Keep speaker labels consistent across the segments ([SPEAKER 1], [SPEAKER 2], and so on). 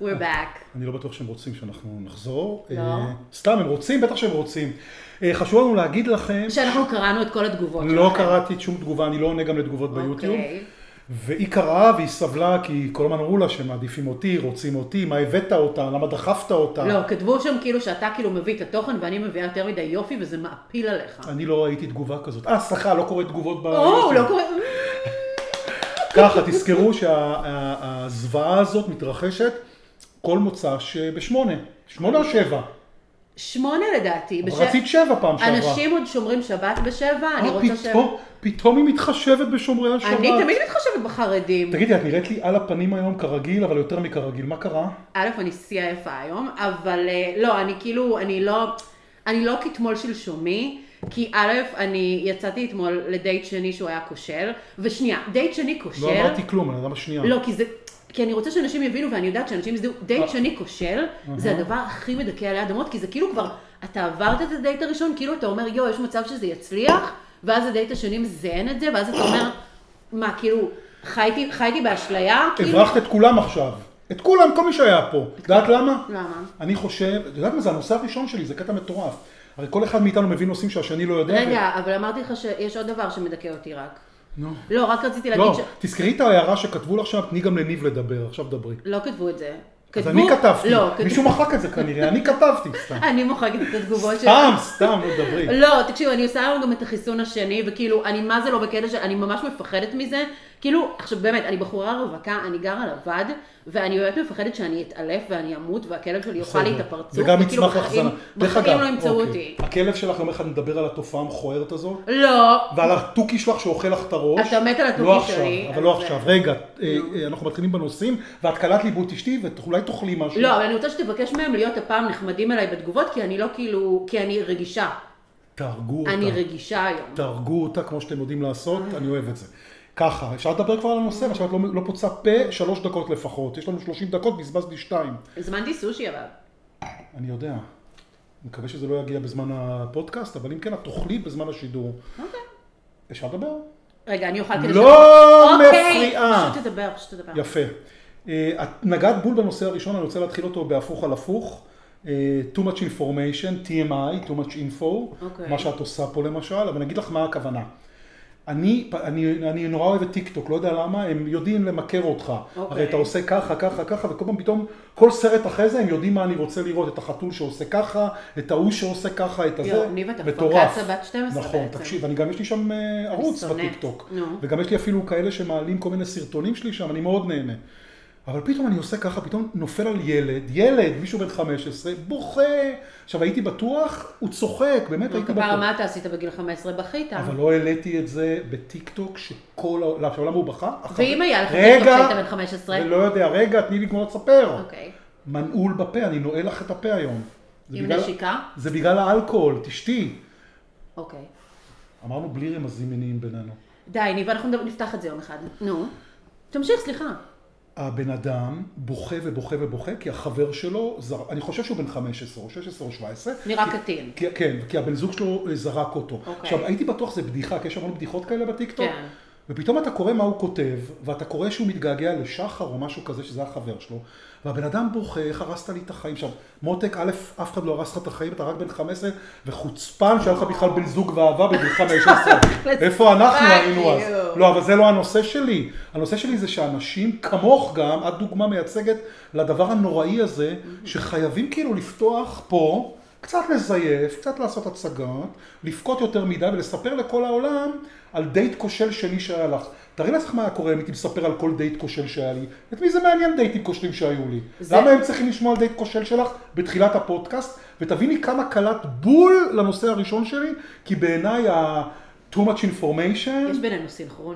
[SPEAKER 1] We're back.
[SPEAKER 2] אני לא בטוח שהם רוצים שאנחנו נחזור.
[SPEAKER 1] לא.
[SPEAKER 2] אה, סתם, הם רוצים, בטח שהם רוצים. אה, חשוב לנו להגיד לכם,
[SPEAKER 1] שאנחנו קראנו את כל התגובות
[SPEAKER 2] לא
[SPEAKER 1] שלכם.
[SPEAKER 2] קראתי שום תגובה, אני לא עונה גם לתגובות ביוטיוב.
[SPEAKER 1] אוקיי.
[SPEAKER 2] והיא קראה והיא סבלה כי כל הזמן אמרו לה שמעדיפים אותי, רוצים אותי, מה הבאת אותה, למה דחפת אותה.
[SPEAKER 1] לא, כתבו שם כאילו שאתה כאילו מביא את התוכן ואני מביאה יותר מדי יופי וזה מעפיל עליך.
[SPEAKER 2] אני לא ראיתי תגובה כזאת. אה, סליחה, לא קורא תגובות ב...
[SPEAKER 1] או, הוא לא קורא...
[SPEAKER 2] ככה, תזכרו שהזוועה הזאת מתרחשת כל מוצא שבשמונה. שמונה או שבע?
[SPEAKER 1] שמונה לדעתי.
[SPEAKER 2] אבל
[SPEAKER 1] בש-
[SPEAKER 2] רצית שבע פעם שעברה.
[SPEAKER 1] אנשים עוד שומרים שבת בשבע, אני
[SPEAKER 2] אה,
[SPEAKER 1] רוצה ש...
[SPEAKER 2] פתאום- פתאום היא מתחשבת בשומרי השבת.
[SPEAKER 1] אני תמיד מתחשבת בחרדים.
[SPEAKER 2] תגידי, את נראית לי על הפנים היום כרגיל, אבל יותר מכרגיל, מה קרה?
[SPEAKER 1] א', אני שיא היפה היום, אבל אה, לא, אני כאילו, אני לא, אני לא כתמול שלשומי, כי א', אני יצאתי אתמול לדייט שני שהוא היה כושל, ושנייה, דייט שני כושל,
[SPEAKER 2] לא אמרתי כלום, אני אדם השנייה.
[SPEAKER 1] כן. לא, כי זה, כי אני רוצה שאנשים יבינו, ואני יודעת שאנשים יזדהו,
[SPEAKER 2] אה.
[SPEAKER 1] דייט שני כושל, זה הדבר הכי מדכא עלי אדמות, כי זה כאילו כבר, אתה עברת את הדייט הראשון, כאילו אתה אומר, יואו, יש מצב שזה יצליח, ואז הדייט השני מזיין את זה, ואז אתה אומר, מה, כאילו, חייתי, חייתי באשליה, כאילו,
[SPEAKER 2] הברחת את כולם עכשיו. את כולם, כל מי שהיה פה. את יודעת למה?
[SPEAKER 1] למה?
[SPEAKER 2] אני חושב, את יודעת מה זה הנושא הראשון שלי, זה קטע מטורף. הרי כל אחד מאיתנו מביא נושאים שהשני לא יודע. ו-
[SPEAKER 1] רגע, אבל אמרתי לך שיש עוד דבר שמדכא אותי רק.
[SPEAKER 2] נו.
[SPEAKER 1] לא, רק רציתי להגיד
[SPEAKER 2] לא,
[SPEAKER 1] ש...
[SPEAKER 2] תזכרי את ההערה שכתבו לך שם, תני גם לניב לדבר, עכשיו דברי.
[SPEAKER 1] לא כתבו את זה.
[SPEAKER 2] אז
[SPEAKER 1] כתבו-
[SPEAKER 2] אני כתבתי,
[SPEAKER 1] לא, כתבו-
[SPEAKER 2] מישהו מחק את זה כנראה, אני כתבתי סתם.
[SPEAKER 1] אני מוחקת את התגובות שלי.
[SPEAKER 2] סתם, סתם, לא דברי.
[SPEAKER 1] לא, תקשיבו, אני עושה היום גם את החיסון השני, וכאילו, אני מה זה לא בקטע של, אני ממש מפחדת מזה. כאילו, עכשיו באמת, אני בחורה רווקה, אני גרה לבד, ואני באמת מפחדת שאני אתעלף ואני אמות, והכלב שלי יאכל לי את
[SPEAKER 2] בסדר.
[SPEAKER 1] הפרצוף,
[SPEAKER 2] וגם
[SPEAKER 1] וכאילו
[SPEAKER 2] יצמח
[SPEAKER 1] בחיים-
[SPEAKER 2] לחזנה. דרך
[SPEAKER 1] בחיים
[SPEAKER 2] אגב,
[SPEAKER 1] לא ימצאו
[SPEAKER 2] אוקיי.
[SPEAKER 1] אותי.
[SPEAKER 2] הכלב שלך יום אחד נדבר על התופעה המכוערת הזו,
[SPEAKER 1] לא,
[SPEAKER 2] ועל התוכי שלך שאוכל לך את הראש.
[SPEAKER 1] אתה מת על התוכי
[SPEAKER 2] לא
[SPEAKER 1] שלי,
[SPEAKER 2] עכשיו, אבל לא
[SPEAKER 1] אז-
[SPEAKER 2] עכשיו. רגע, אה, אה, אנחנו מתחילים בנושאים, ואת קלעת לי בוא תשתי, ואולי תאכלי משהו.
[SPEAKER 1] לא, אבל אני רוצה שתבקש מהם להיות הפעם נחמדים אליי בתגובות, כי אני לא כאילו, כי אני רגישה.
[SPEAKER 2] אוקיי. תהרגו אותה.
[SPEAKER 1] אני אה. רגישה היום.
[SPEAKER 2] תהרגו אותה כמו שאתם יודעים לעשות, אני אוהב את זה. ככה, אפשר לדבר כבר על הנושא, עכשיו את לא, לא פוצה פה שלוש דקות לפחות. יש לנו שלושים דקות, בזבזתי שתיים.
[SPEAKER 1] הזמנתי סושי אבל.
[SPEAKER 2] אני יודע. מקווה שזה לא יגיע בזמן הפודקאסט, אבל אם כן, את תאכלי בזמן השידור.
[SPEAKER 1] אוקיי.
[SPEAKER 2] אפשר לדבר?
[SPEAKER 1] רגע, אני אוכל כדי...
[SPEAKER 2] לא
[SPEAKER 1] ש-
[SPEAKER 2] מפריעה.
[SPEAKER 1] אוקיי, פשוט תדבר, פשוט תדבר.
[SPEAKER 2] יפה. אה, את נגעת בול בנושא הראשון, אני רוצה להתחיל אותו בהפוך על הפוך. אה, too much information, TMI, too much info,
[SPEAKER 1] אוקיי.
[SPEAKER 2] מה שאת עושה פה למשל, אבל אני אגיד לך מה הכוונה. אני, אני, אני נורא אוהב את טיק טוק, לא יודע למה, הם יודעים למכר אותך.
[SPEAKER 1] אוקיי.
[SPEAKER 2] הרי אתה עושה ככה, ככה, ככה, וכל פעם פתאום, כל סרט אחרי זה הם יודעים מה אני רוצה לראות, את החתול שעושה ככה, את ההוא שעושה ככה, את הזה.
[SPEAKER 1] יואו, ניב, אתה
[SPEAKER 2] מטורף.
[SPEAKER 1] פרקציה בת 12
[SPEAKER 2] נכון,
[SPEAKER 1] בעצם.
[SPEAKER 2] תקשיב, אני גם יש לי שם אה, ערוץ
[SPEAKER 1] שונאת.
[SPEAKER 2] בטיקטוק.
[SPEAKER 1] נו.
[SPEAKER 2] וגם יש לי אפילו כאלה שמעלים כל מיני סרטונים שלי שם, אני מאוד נהנה. אבל פתאום אני עושה ככה, פתאום נופל על ילד, ילד, מישהו בן 15, בוכה. עכשיו, הייתי בטוח, הוא צוחק, באמת
[SPEAKER 1] נו,
[SPEAKER 2] הייתי
[SPEAKER 1] כבר
[SPEAKER 2] בטוח.
[SPEAKER 1] מה אתה עשית בגיל 15? בכית.
[SPEAKER 2] אבל לא העליתי את זה בטיקטוק, שכל העולם, עכשיו למה הוא בכה? אחרי-
[SPEAKER 1] ואם היה לך
[SPEAKER 2] רגע,
[SPEAKER 1] טיקטוק כשהיית בן 15?
[SPEAKER 2] אני לא יודע, רגע, תני לי כמו לספר.
[SPEAKER 1] אוקיי.
[SPEAKER 2] מנעול בפה, אני נועל לך את הפה היום. זה
[SPEAKER 1] עם
[SPEAKER 2] בגלל-
[SPEAKER 1] נשיקה?
[SPEAKER 2] זה בגלל האלכוהול, תשתי.
[SPEAKER 1] אוקיי.
[SPEAKER 2] אמרנו בלי רמזים מיניים בינינו.
[SPEAKER 1] די, ניב, אנחנו נדבר- נפתח את זה יום אחד. נו. תמשיך, סליחה.
[SPEAKER 2] הבן אדם בוכה ובוכה ובוכה, כי החבר שלו, זר... אני חושב שהוא בן 15 או 16 או 17.
[SPEAKER 1] נראה
[SPEAKER 2] כי-
[SPEAKER 1] קטין.
[SPEAKER 2] כי, כן, כי הבן זוג שלו אה, זרק אותו.
[SPEAKER 1] אוקיי.
[SPEAKER 2] עכשיו, הייתי בטוח שזה בדיחה, כי יש המון בדיחות כאלה בטיקטוק.
[SPEAKER 1] כן.
[SPEAKER 2] ופתאום אתה קורא מה הוא כותב, ואתה קורא שהוא מתגעגע לשחר או משהו כזה, שזה החבר שלו, והבן אדם בוכה, איך הרסת לי את החיים. עכשיו, מותק, א', אף אחד לא הרס לך את החיים, אתה רק בן 15, וחוצפן שהיה לך בכלל בן זוג ואהבה בגיל 15. איפה אנחנו
[SPEAKER 1] Fuck
[SPEAKER 2] היינו אז?
[SPEAKER 1] you.
[SPEAKER 2] לא, אבל זה לא הנושא שלי. הנושא שלי זה שאנשים כמוך גם, את דוגמה מייצגת לדבר הנוראי הזה, שחייבים כאילו לפתוח פה, קצת לזייף, קצת לעשות הצגות, לבכות יותר מדי ולספר לכל העולם על דייט כושל שני שהיה לך. תארי לעצמך מה היה קורה אם הייתי מספר על כל דייט כושל שהיה לי. את מי זה מעניין דייטים כושלים שהיו לי?
[SPEAKER 1] זה-
[SPEAKER 2] למה הם צריכים לשמוע על דייט כושל שלך בתחילת הפודקאסט? ותביני כמה קלט בול לנושא הראשון שלי, כי בעיניי ה... too much information.
[SPEAKER 1] יש בינינו סינכרון.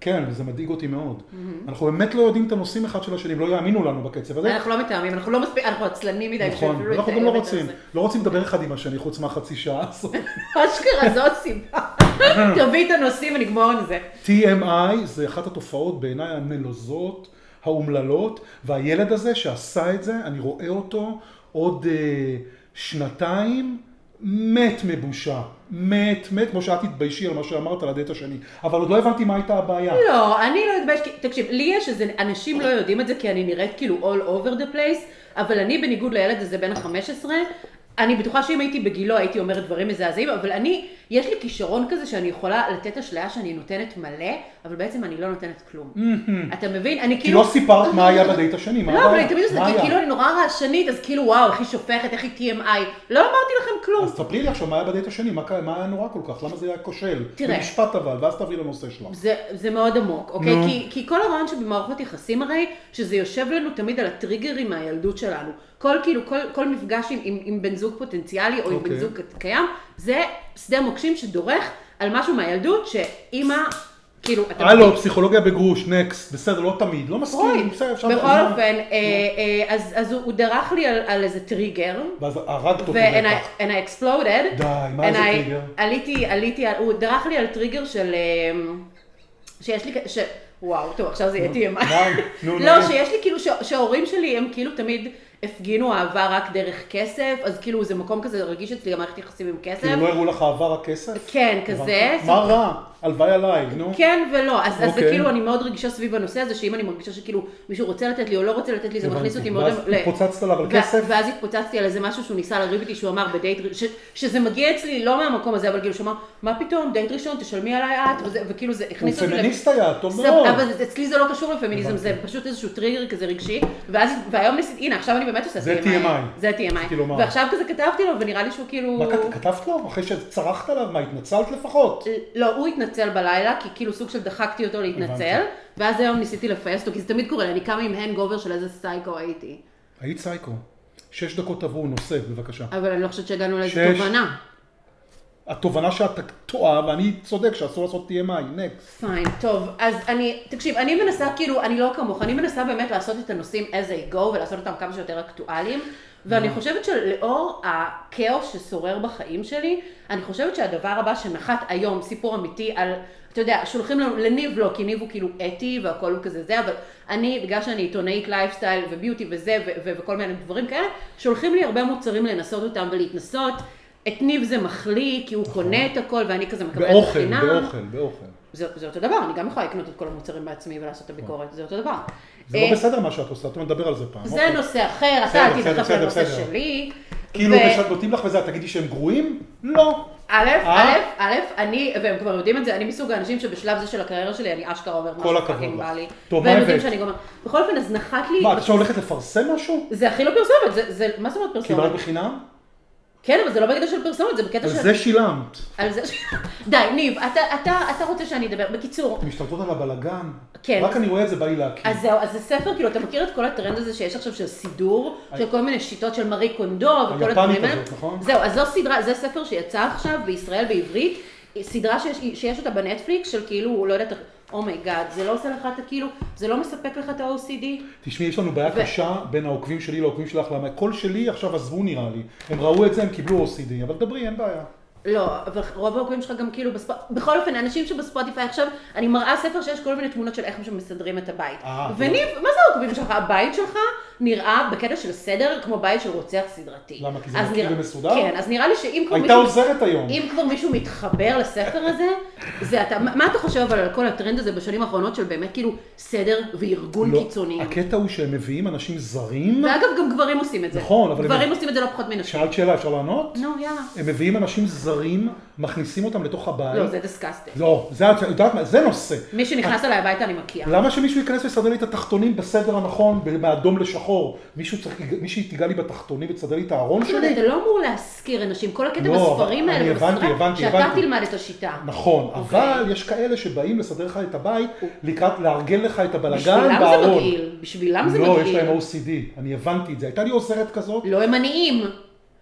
[SPEAKER 2] כן, וזה מדאיג אותי מאוד. אנחנו באמת לא יודעים את הנושאים אחד של השני, הם לא יאמינו לנו בקצב הזה.
[SPEAKER 1] אנחנו לא מתאמים, אנחנו לא מספיק, אנחנו עצלנים מדי.
[SPEAKER 2] נכון,
[SPEAKER 1] בשביל
[SPEAKER 2] אנחנו
[SPEAKER 1] לתאם
[SPEAKER 2] גם לא
[SPEAKER 1] את
[SPEAKER 2] רוצים,
[SPEAKER 1] הנושא.
[SPEAKER 2] לא רוצים לדבר אחד עם השני חוץ מהחצי שעה הזאת.
[SPEAKER 1] אשכרה, זאת סיבה. תביא את הנושאים ונגמור עם זה.
[SPEAKER 2] TMI זה אחת התופעות בעיניי הנלוזות, האומללות, והילד הזה שעשה את זה, אני רואה אותו עוד אה, שנתיים מת מבושה, מת, מת, כמו שאת תתביישי על מה שאמרת על הדייט השני, אבל עוד לא הבנתי מה הייתה הבעיה.
[SPEAKER 1] לא, אני לא אתבייש, כי- תקשיב, לי יש איזה, אנשים לא יודעים את זה כי אני נראית כאילו all over the place, אבל אני בניגוד לילד הזה בן ה-15, אני בטוחה שאם הייתי בגילו הייתי אומרת דברים מזעזעים, אבל אני, יש לי כישרון כזה שאני יכולה לתת אשליה שאני נותנת מלא, אבל בעצם אני לא נותנת כלום. אתה מבין? אני
[SPEAKER 2] כי
[SPEAKER 1] כאילו...
[SPEAKER 2] לא סיפרת מה היה בדייט השני, מה
[SPEAKER 1] לא, אבל
[SPEAKER 2] הבעיה?
[SPEAKER 1] אני תמיד עושה,
[SPEAKER 2] מה
[SPEAKER 1] כי
[SPEAKER 2] היה?
[SPEAKER 1] כאילו אני נורא רעשנית, אז כאילו וואו, איך היא שופכת, איך היא TMI. לא אמרתי לכם כלום.
[SPEAKER 2] אז ספרי לי עכשיו מה היה בדייט השני, מה קרה- מה היה נורא כל כך, למה זה היה כושל?
[SPEAKER 1] תראה.
[SPEAKER 2] במשפט אבל, ואז תעברי לנושא שלך.
[SPEAKER 1] זה, זה מאוד עמוק, אוקיי?
[SPEAKER 2] נו.
[SPEAKER 1] כי, כי כל הרעיון שבמערכות יחסים הרי, שזה יושב לנו תמיד על הטריגרים מהילדות שלנו. כל כאילו, כל, כל מפגש עם, עם, עם בן זוג פוטנציאלי או עם
[SPEAKER 2] אוקיי.
[SPEAKER 1] בן זוג קיים, זה שדה מוקשים שדורך על משהו מהילדות שאימא, כאילו, אתה
[SPEAKER 2] הלו, אה, לא, פסיכולוגיה בגרוש, נקסט, בסדר, לא תמיד, לא מסכים,
[SPEAKER 1] אוי,
[SPEAKER 2] בסדר, אפשר...
[SPEAKER 1] בכל
[SPEAKER 2] מה-
[SPEAKER 1] אופן, אה, אה, אז, אז הוא, הוא דרך לי על, על איזה טריגר,
[SPEAKER 2] ואז הרגת אותו
[SPEAKER 1] ו- and I,
[SPEAKER 2] אוקיי, בטח.
[SPEAKER 1] and I exploded.
[SPEAKER 2] די, מה
[SPEAKER 1] And
[SPEAKER 2] זה
[SPEAKER 1] I-
[SPEAKER 2] טריגר? כאילו,
[SPEAKER 1] עליתי, עליתי, על- הוא דרך לי על טריגר של... אמ, שיש לי... כ- ש... וואו, טוב, עכשיו זה יהיה TMI.
[SPEAKER 2] די, נו,
[SPEAKER 1] לא,
[SPEAKER 2] נו.
[SPEAKER 1] שיש לי כאילו, ש- שההורים שלי הם כאילו תמיד הפגינו אהבה רק דרך כסף, אז כאילו זה מקום כזה רגיש אצלי, המערכת יחסים עם כסף.
[SPEAKER 2] כאילו לא הראו לך עבר הכסף?
[SPEAKER 1] כן, כזה.
[SPEAKER 2] מה רע? הלוואי עליי, נו.
[SPEAKER 1] כן ולא, אז, אז זה
[SPEAKER 2] אוקיי.
[SPEAKER 1] כאילו, אני מאוד רגישה סביב הנושא הזה, שאם אני מרגישה שכאילו מישהו רוצה לתת לי או לא רוצה לתת לי, זה מכניס אותי
[SPEAKER 2] הבנתי.
[SPEAKER 1] מאוד...
[SPEAKER 2] ואז
[SPEAKER 1] ל-
[SPEAKER 2] התפוצצת עליו על
[SPEAKER 1] ו-
[SPEAKER 2] כסף?
[SPEAKER 1] ואז התפוצצתי על איזה משהו שהוא ניסה לריב איתי, שהוא אמר בדייט ראשון, שזה מגיע אצלי לא מהמקום הזה, אבל כאילו, שאמר, מה פתאום, דייט ראשון, תשלמי עליי את, וזה- וכאילו זה
[SPEAKER 2] הוא
[SPEAKER 1] הכניס אותי... ל-
[SPEAKER 2] פמיניסט היה, טוב
[SPEAKER 1] זה-
[SPEAKER 2] מאוד.
[SPEAKER 1] אבל זה- אצלי זה לא קשור לפמיניזם, זה פשוט איזשהו טריגר כזה רגשי, ואז, והיום ניסיתי, הנה עכשיו אני באמת עושה
[SPEAKER 2] זה TMI.
[SPEAKER 1] זה
[SPEAKER 2] רציתי
[SPEAKER 1] TMI,
[SPEAKER 2] לומר.
[SPEAKER 1] ועכשיו כזה כתבתי לו, ונראה לי שהוא כאילו...
[SPEAKER 2] כאילו, מה כת- כתבת לו? אחרי שצרחת עליו? מה, התנצלת לפחות?
[SPEAKER 1] לא, הוא התנצל בלילה, כי כאילו סוג של דחקתי אותו להתנצל,
[SPEAKER 2] הבנתי.
[SPEAKER 1] ואז היום ניסיתי לפייס אותו, כי זה תמיד קורה לי, אני קמה עם הנגובר של איזה סייקו הייתי.
[SPEAKER 2] היית סייקו. שש דקות עברו, נושא, בבקשה.
[SPEAKER 1] אבל אני לא חושבת שהגענו לאיזו
[SPEAKER 2] שש.
[SPEAKER 1] תובנה.
[SPEAKER 2] התובנה שאת טועה, ואני צודק שאסור לעשות TMI, נקסט.
[SPEAKER 1] פיין, טוב, אז אני, תקשיב, אני מנסה כאילו, אני לא כמוך, אני מנסה באמת לעשות את הנושאים as they go ולעשות אותם כמה שיותר אקטואליים,
[SPEAKER 2] Mm.
[SPEAKER 1] ואני חושבת שלאור הכאוס ששורר בחיים שלי, אני חושבת שהדבר הבא שנחת היום, סיפור אמיתי על, אתה יודע, שולחים לנו, לניב לא, כי ניב הוא כאילו אתי והכל הוא כזה זה, אבל אני, בגלל שאני עיתונאית לייפסטייל וביוטי וזה ו- ו- וכל מיני דברים כאלה, שולחים לי הרבה מוצרים לנסות אותם ולהתנסות. את ניב זה מחליא, כי הוא קונה את הכל ואני כזה מקבלת
[SPEAKER 2] נכון. באוכל,
[SPEAKER 1] בחינם.
[SPEAKER 2] באוכל, באוכל.
[SPEAKER 1] זה, זה אותו דבר, אני גם יכולה לקנות את כל המוצרים בעצמי ולעשות את הביקורת, זה אותו דבר.
[SPEAKER 2] זה
[SPEAKER 1] אה,
[SPEAKER 2] לא בסדר מה שאת עושה, את נדבר על זה פעם.
[SPEAKER 1] זה
[SPEAKER 2] אוקיי.
[SPEAKER 1] נושא אחר, אתה
[SPEAKER 2] בסדר,
[SPEAKER 1] אל
[SPEAKER 2] בסדר,
[SPEAKER 1] תדחף
[SPEAKER 2] בסדר,
[SPEAKER 1] לנושא
[SPEAKER 2] בסדר.
[SPEAKER 1] שלי.
[SPEAKER 2] כאילו,
[SPEAKER 1] ו-
[SPEAKER 2] כשאת נותנים לך וזה, את תגידי שהם גרועים? לא.
[SPEAKER 1] א',
[SPEAKER 2] אה?
[SPEAKER 1] א', א', אני, והם כבר יודעים את זה, אני מסוג האנשים שבשלב זה של הקריירה שלי, אני אשכרה אומרת
[SPEAKER 2] כל
[SPEAKER 1] משהו
[SPEAKER 2] הכבוד
[SPEAKER 1] פאקינג
[SPEAKER 2] לך.
[SPEAKER 1] בא לי.
[SPEAKER 2] טוב, מה
[SPEAKER 1] והם יודעים
[SPEAKER 2] הבאת?
[SPEAKER 1] שאני גומרת. בכל אופן, אז נחת לי...
[SPEAKER 2] מה, את עכשיו הולכת לפרסם משהו?
[SPEAKER 1] זה הכי לא פרסומת, זה- זה, מה זאת אומרת
[SPEAKER 2] קיבלת
[SPEAKER 1] פרסומת?
[SPEAKER 2] בחינם?
[SPEAKER 1] כן, אבל זה לא בקטע של פרסומת, זה בקטע
[SPEAKER 2] על
[SPEAKER 1] של...
[SPEAKER 2] זה שילמת.
[SPEAKER 1] על זה ש... די, ניב, אתה- אתה אתה רוצה שאני אדבר. בקיצור,
[SPEAKER 2] אתם משתלטות על הבלגן?
[SPEAKER 1] כן.
[SPEAKER 2] רק אני רואה את זה, בא לי להכיר.
[SPEAKER 1] אז זהו, אז זה ספר, כאילו, אתה מכיר את כל הטרנד הזה שיש עכשיו של סידור, של כל מיני שיטות של מארי קונדו וכל
[SPEAKER 2] היפנית
[SPEAKER 1] הדברים האלה?
[SPEAKER 2] הזאת, נכון?
[SPEAKER 1] זהו, אז זו סדרה, זה ספר שיצא עכשיו בישראל בעברית, סדרה שיש, שיש אותה בנטפליקס, של כאילו, לא יודעת, אומייגאד, זה לא עושה לך את הכאילו, זה לא מספק לך את ה-OCD?
[SPEAKER 2] תשמעי, יש לנו בעיה
[SPEAKER 1] ו-
[SPEAKER 2] קשה בין העוקבים שלי לעוקבים שלך, למה כל שלי עכשיו עזבו נראה לי. הם ראו את זה, הם קיבלו OCD, אבל דברי, אין בעיה.
[SPEAKER 1] לא, אבל רוב העוקבים שלך גם כאילו בספוט... בכל אופן, האנשים שבספוטיפיי עכשיו, אני מראה ספר שיש כל מיני תמונות של איך שמסדרים את הבית.
[SPEAKER 2] אה,
[SPEAKER 1] וניב, מה זה העוקבים שלך? הבית שלך נראה בקטע של סדר כמו בית של רוצח סדרתי.
[SPEAKER 2] למה? כי זה
[SPEAKER 1] אז
[SPEAKER 2] נקי
[SPEAKER 1] נראה-
[SPEAKER 2] ומסודר?
[SPEAKER 1] כן, אז נראה לי שאם כבר
[SPEAKER 2] הייתה
[SPEAKER 1] מישהו...
[SPEAKER 2] עוזרת היום.
[SPEAKER 1] אם כבר מישהו מתחבר לספר הזה, זה אתה, מה מה אתה חושב אבל על כל הטרנד הזה בשנים האחרונות של באמת כאילו סדר וארגון
[SPEAKER 2] לא,
[SPEAKER 1] קיצוני?
[SPEAKER 2] הקטע הוא שהם מביאים אנשים זרים.
[SPEAKER 1] ואגב, גם גברים עושים את זה.
[SPEAKER 2] נכון, אבל הם-
[SPEAKER 1] גברים עושים את זה לא פחות מנשים.
[SPEAKER 2] שאלת שאלה, אפשר לענות?
[SPEAKER 1] נו, יאללה.
[SPEAKER 2] הם מביאים אנשים זרים, מכניסים אותם לתוך הבית.
[SPEAKER 1] לא, זה דסקסטי.
[SPEAKER 2] לא, זה, את יודעת מה, זה נושא.
[SPEAKER 1] מי שנכנס אליי הביתה אני מקיאה.
[SPEAKER 2] למה שמישהו ייכנס ויסדר לי את התחתונים בסדר הנכון, ב- מאדום לשחור? מישהו צריך, מישהי תיגע לי בתחתונים ותסדר לי את הארון
[SPEAKER 1] אבל
[SPEAKER 2] שלי?
[SPEAKER 1] אתה לא אמור להשכיר אנשים, כל הקטע
[SPEAKER 2] לא,
[SPEAKER 1] בספרים
[SPEAKER 2] אבל אני
[SPEAKER 1] האלה,
[SPEAKER 2] הבנתי,
[SPEAKER 1] ובסדרה,
[SPEAKER 2] הבנתי,
[SPEAKER 1] שאתה
[SPEAKER 2] הבנתי.
[SPEAKER 1] תלמד את השיטה.
[SPEAKER 2] נכון,
[SPEAKER 1] אוקיי.
[SPEAKER 2] אבל יש כאלה שבאים לסדר לך את הבית, לקראת, לארגן לך את הבלגן
[SPEAKER 1] בשבילם זה
[SPEAKER 2] בארון.
[SPEAKER 1] מגעיל, בשבילם זה
[SPEAKER 2] לא, יש
[SPEAKER 1] מגעיל.
[SPEAKER 2] להם OCD, אני הבנתי את זה. הייתה לי עוזרת כזאת,
[SPEAKER 1] לא הם עניים.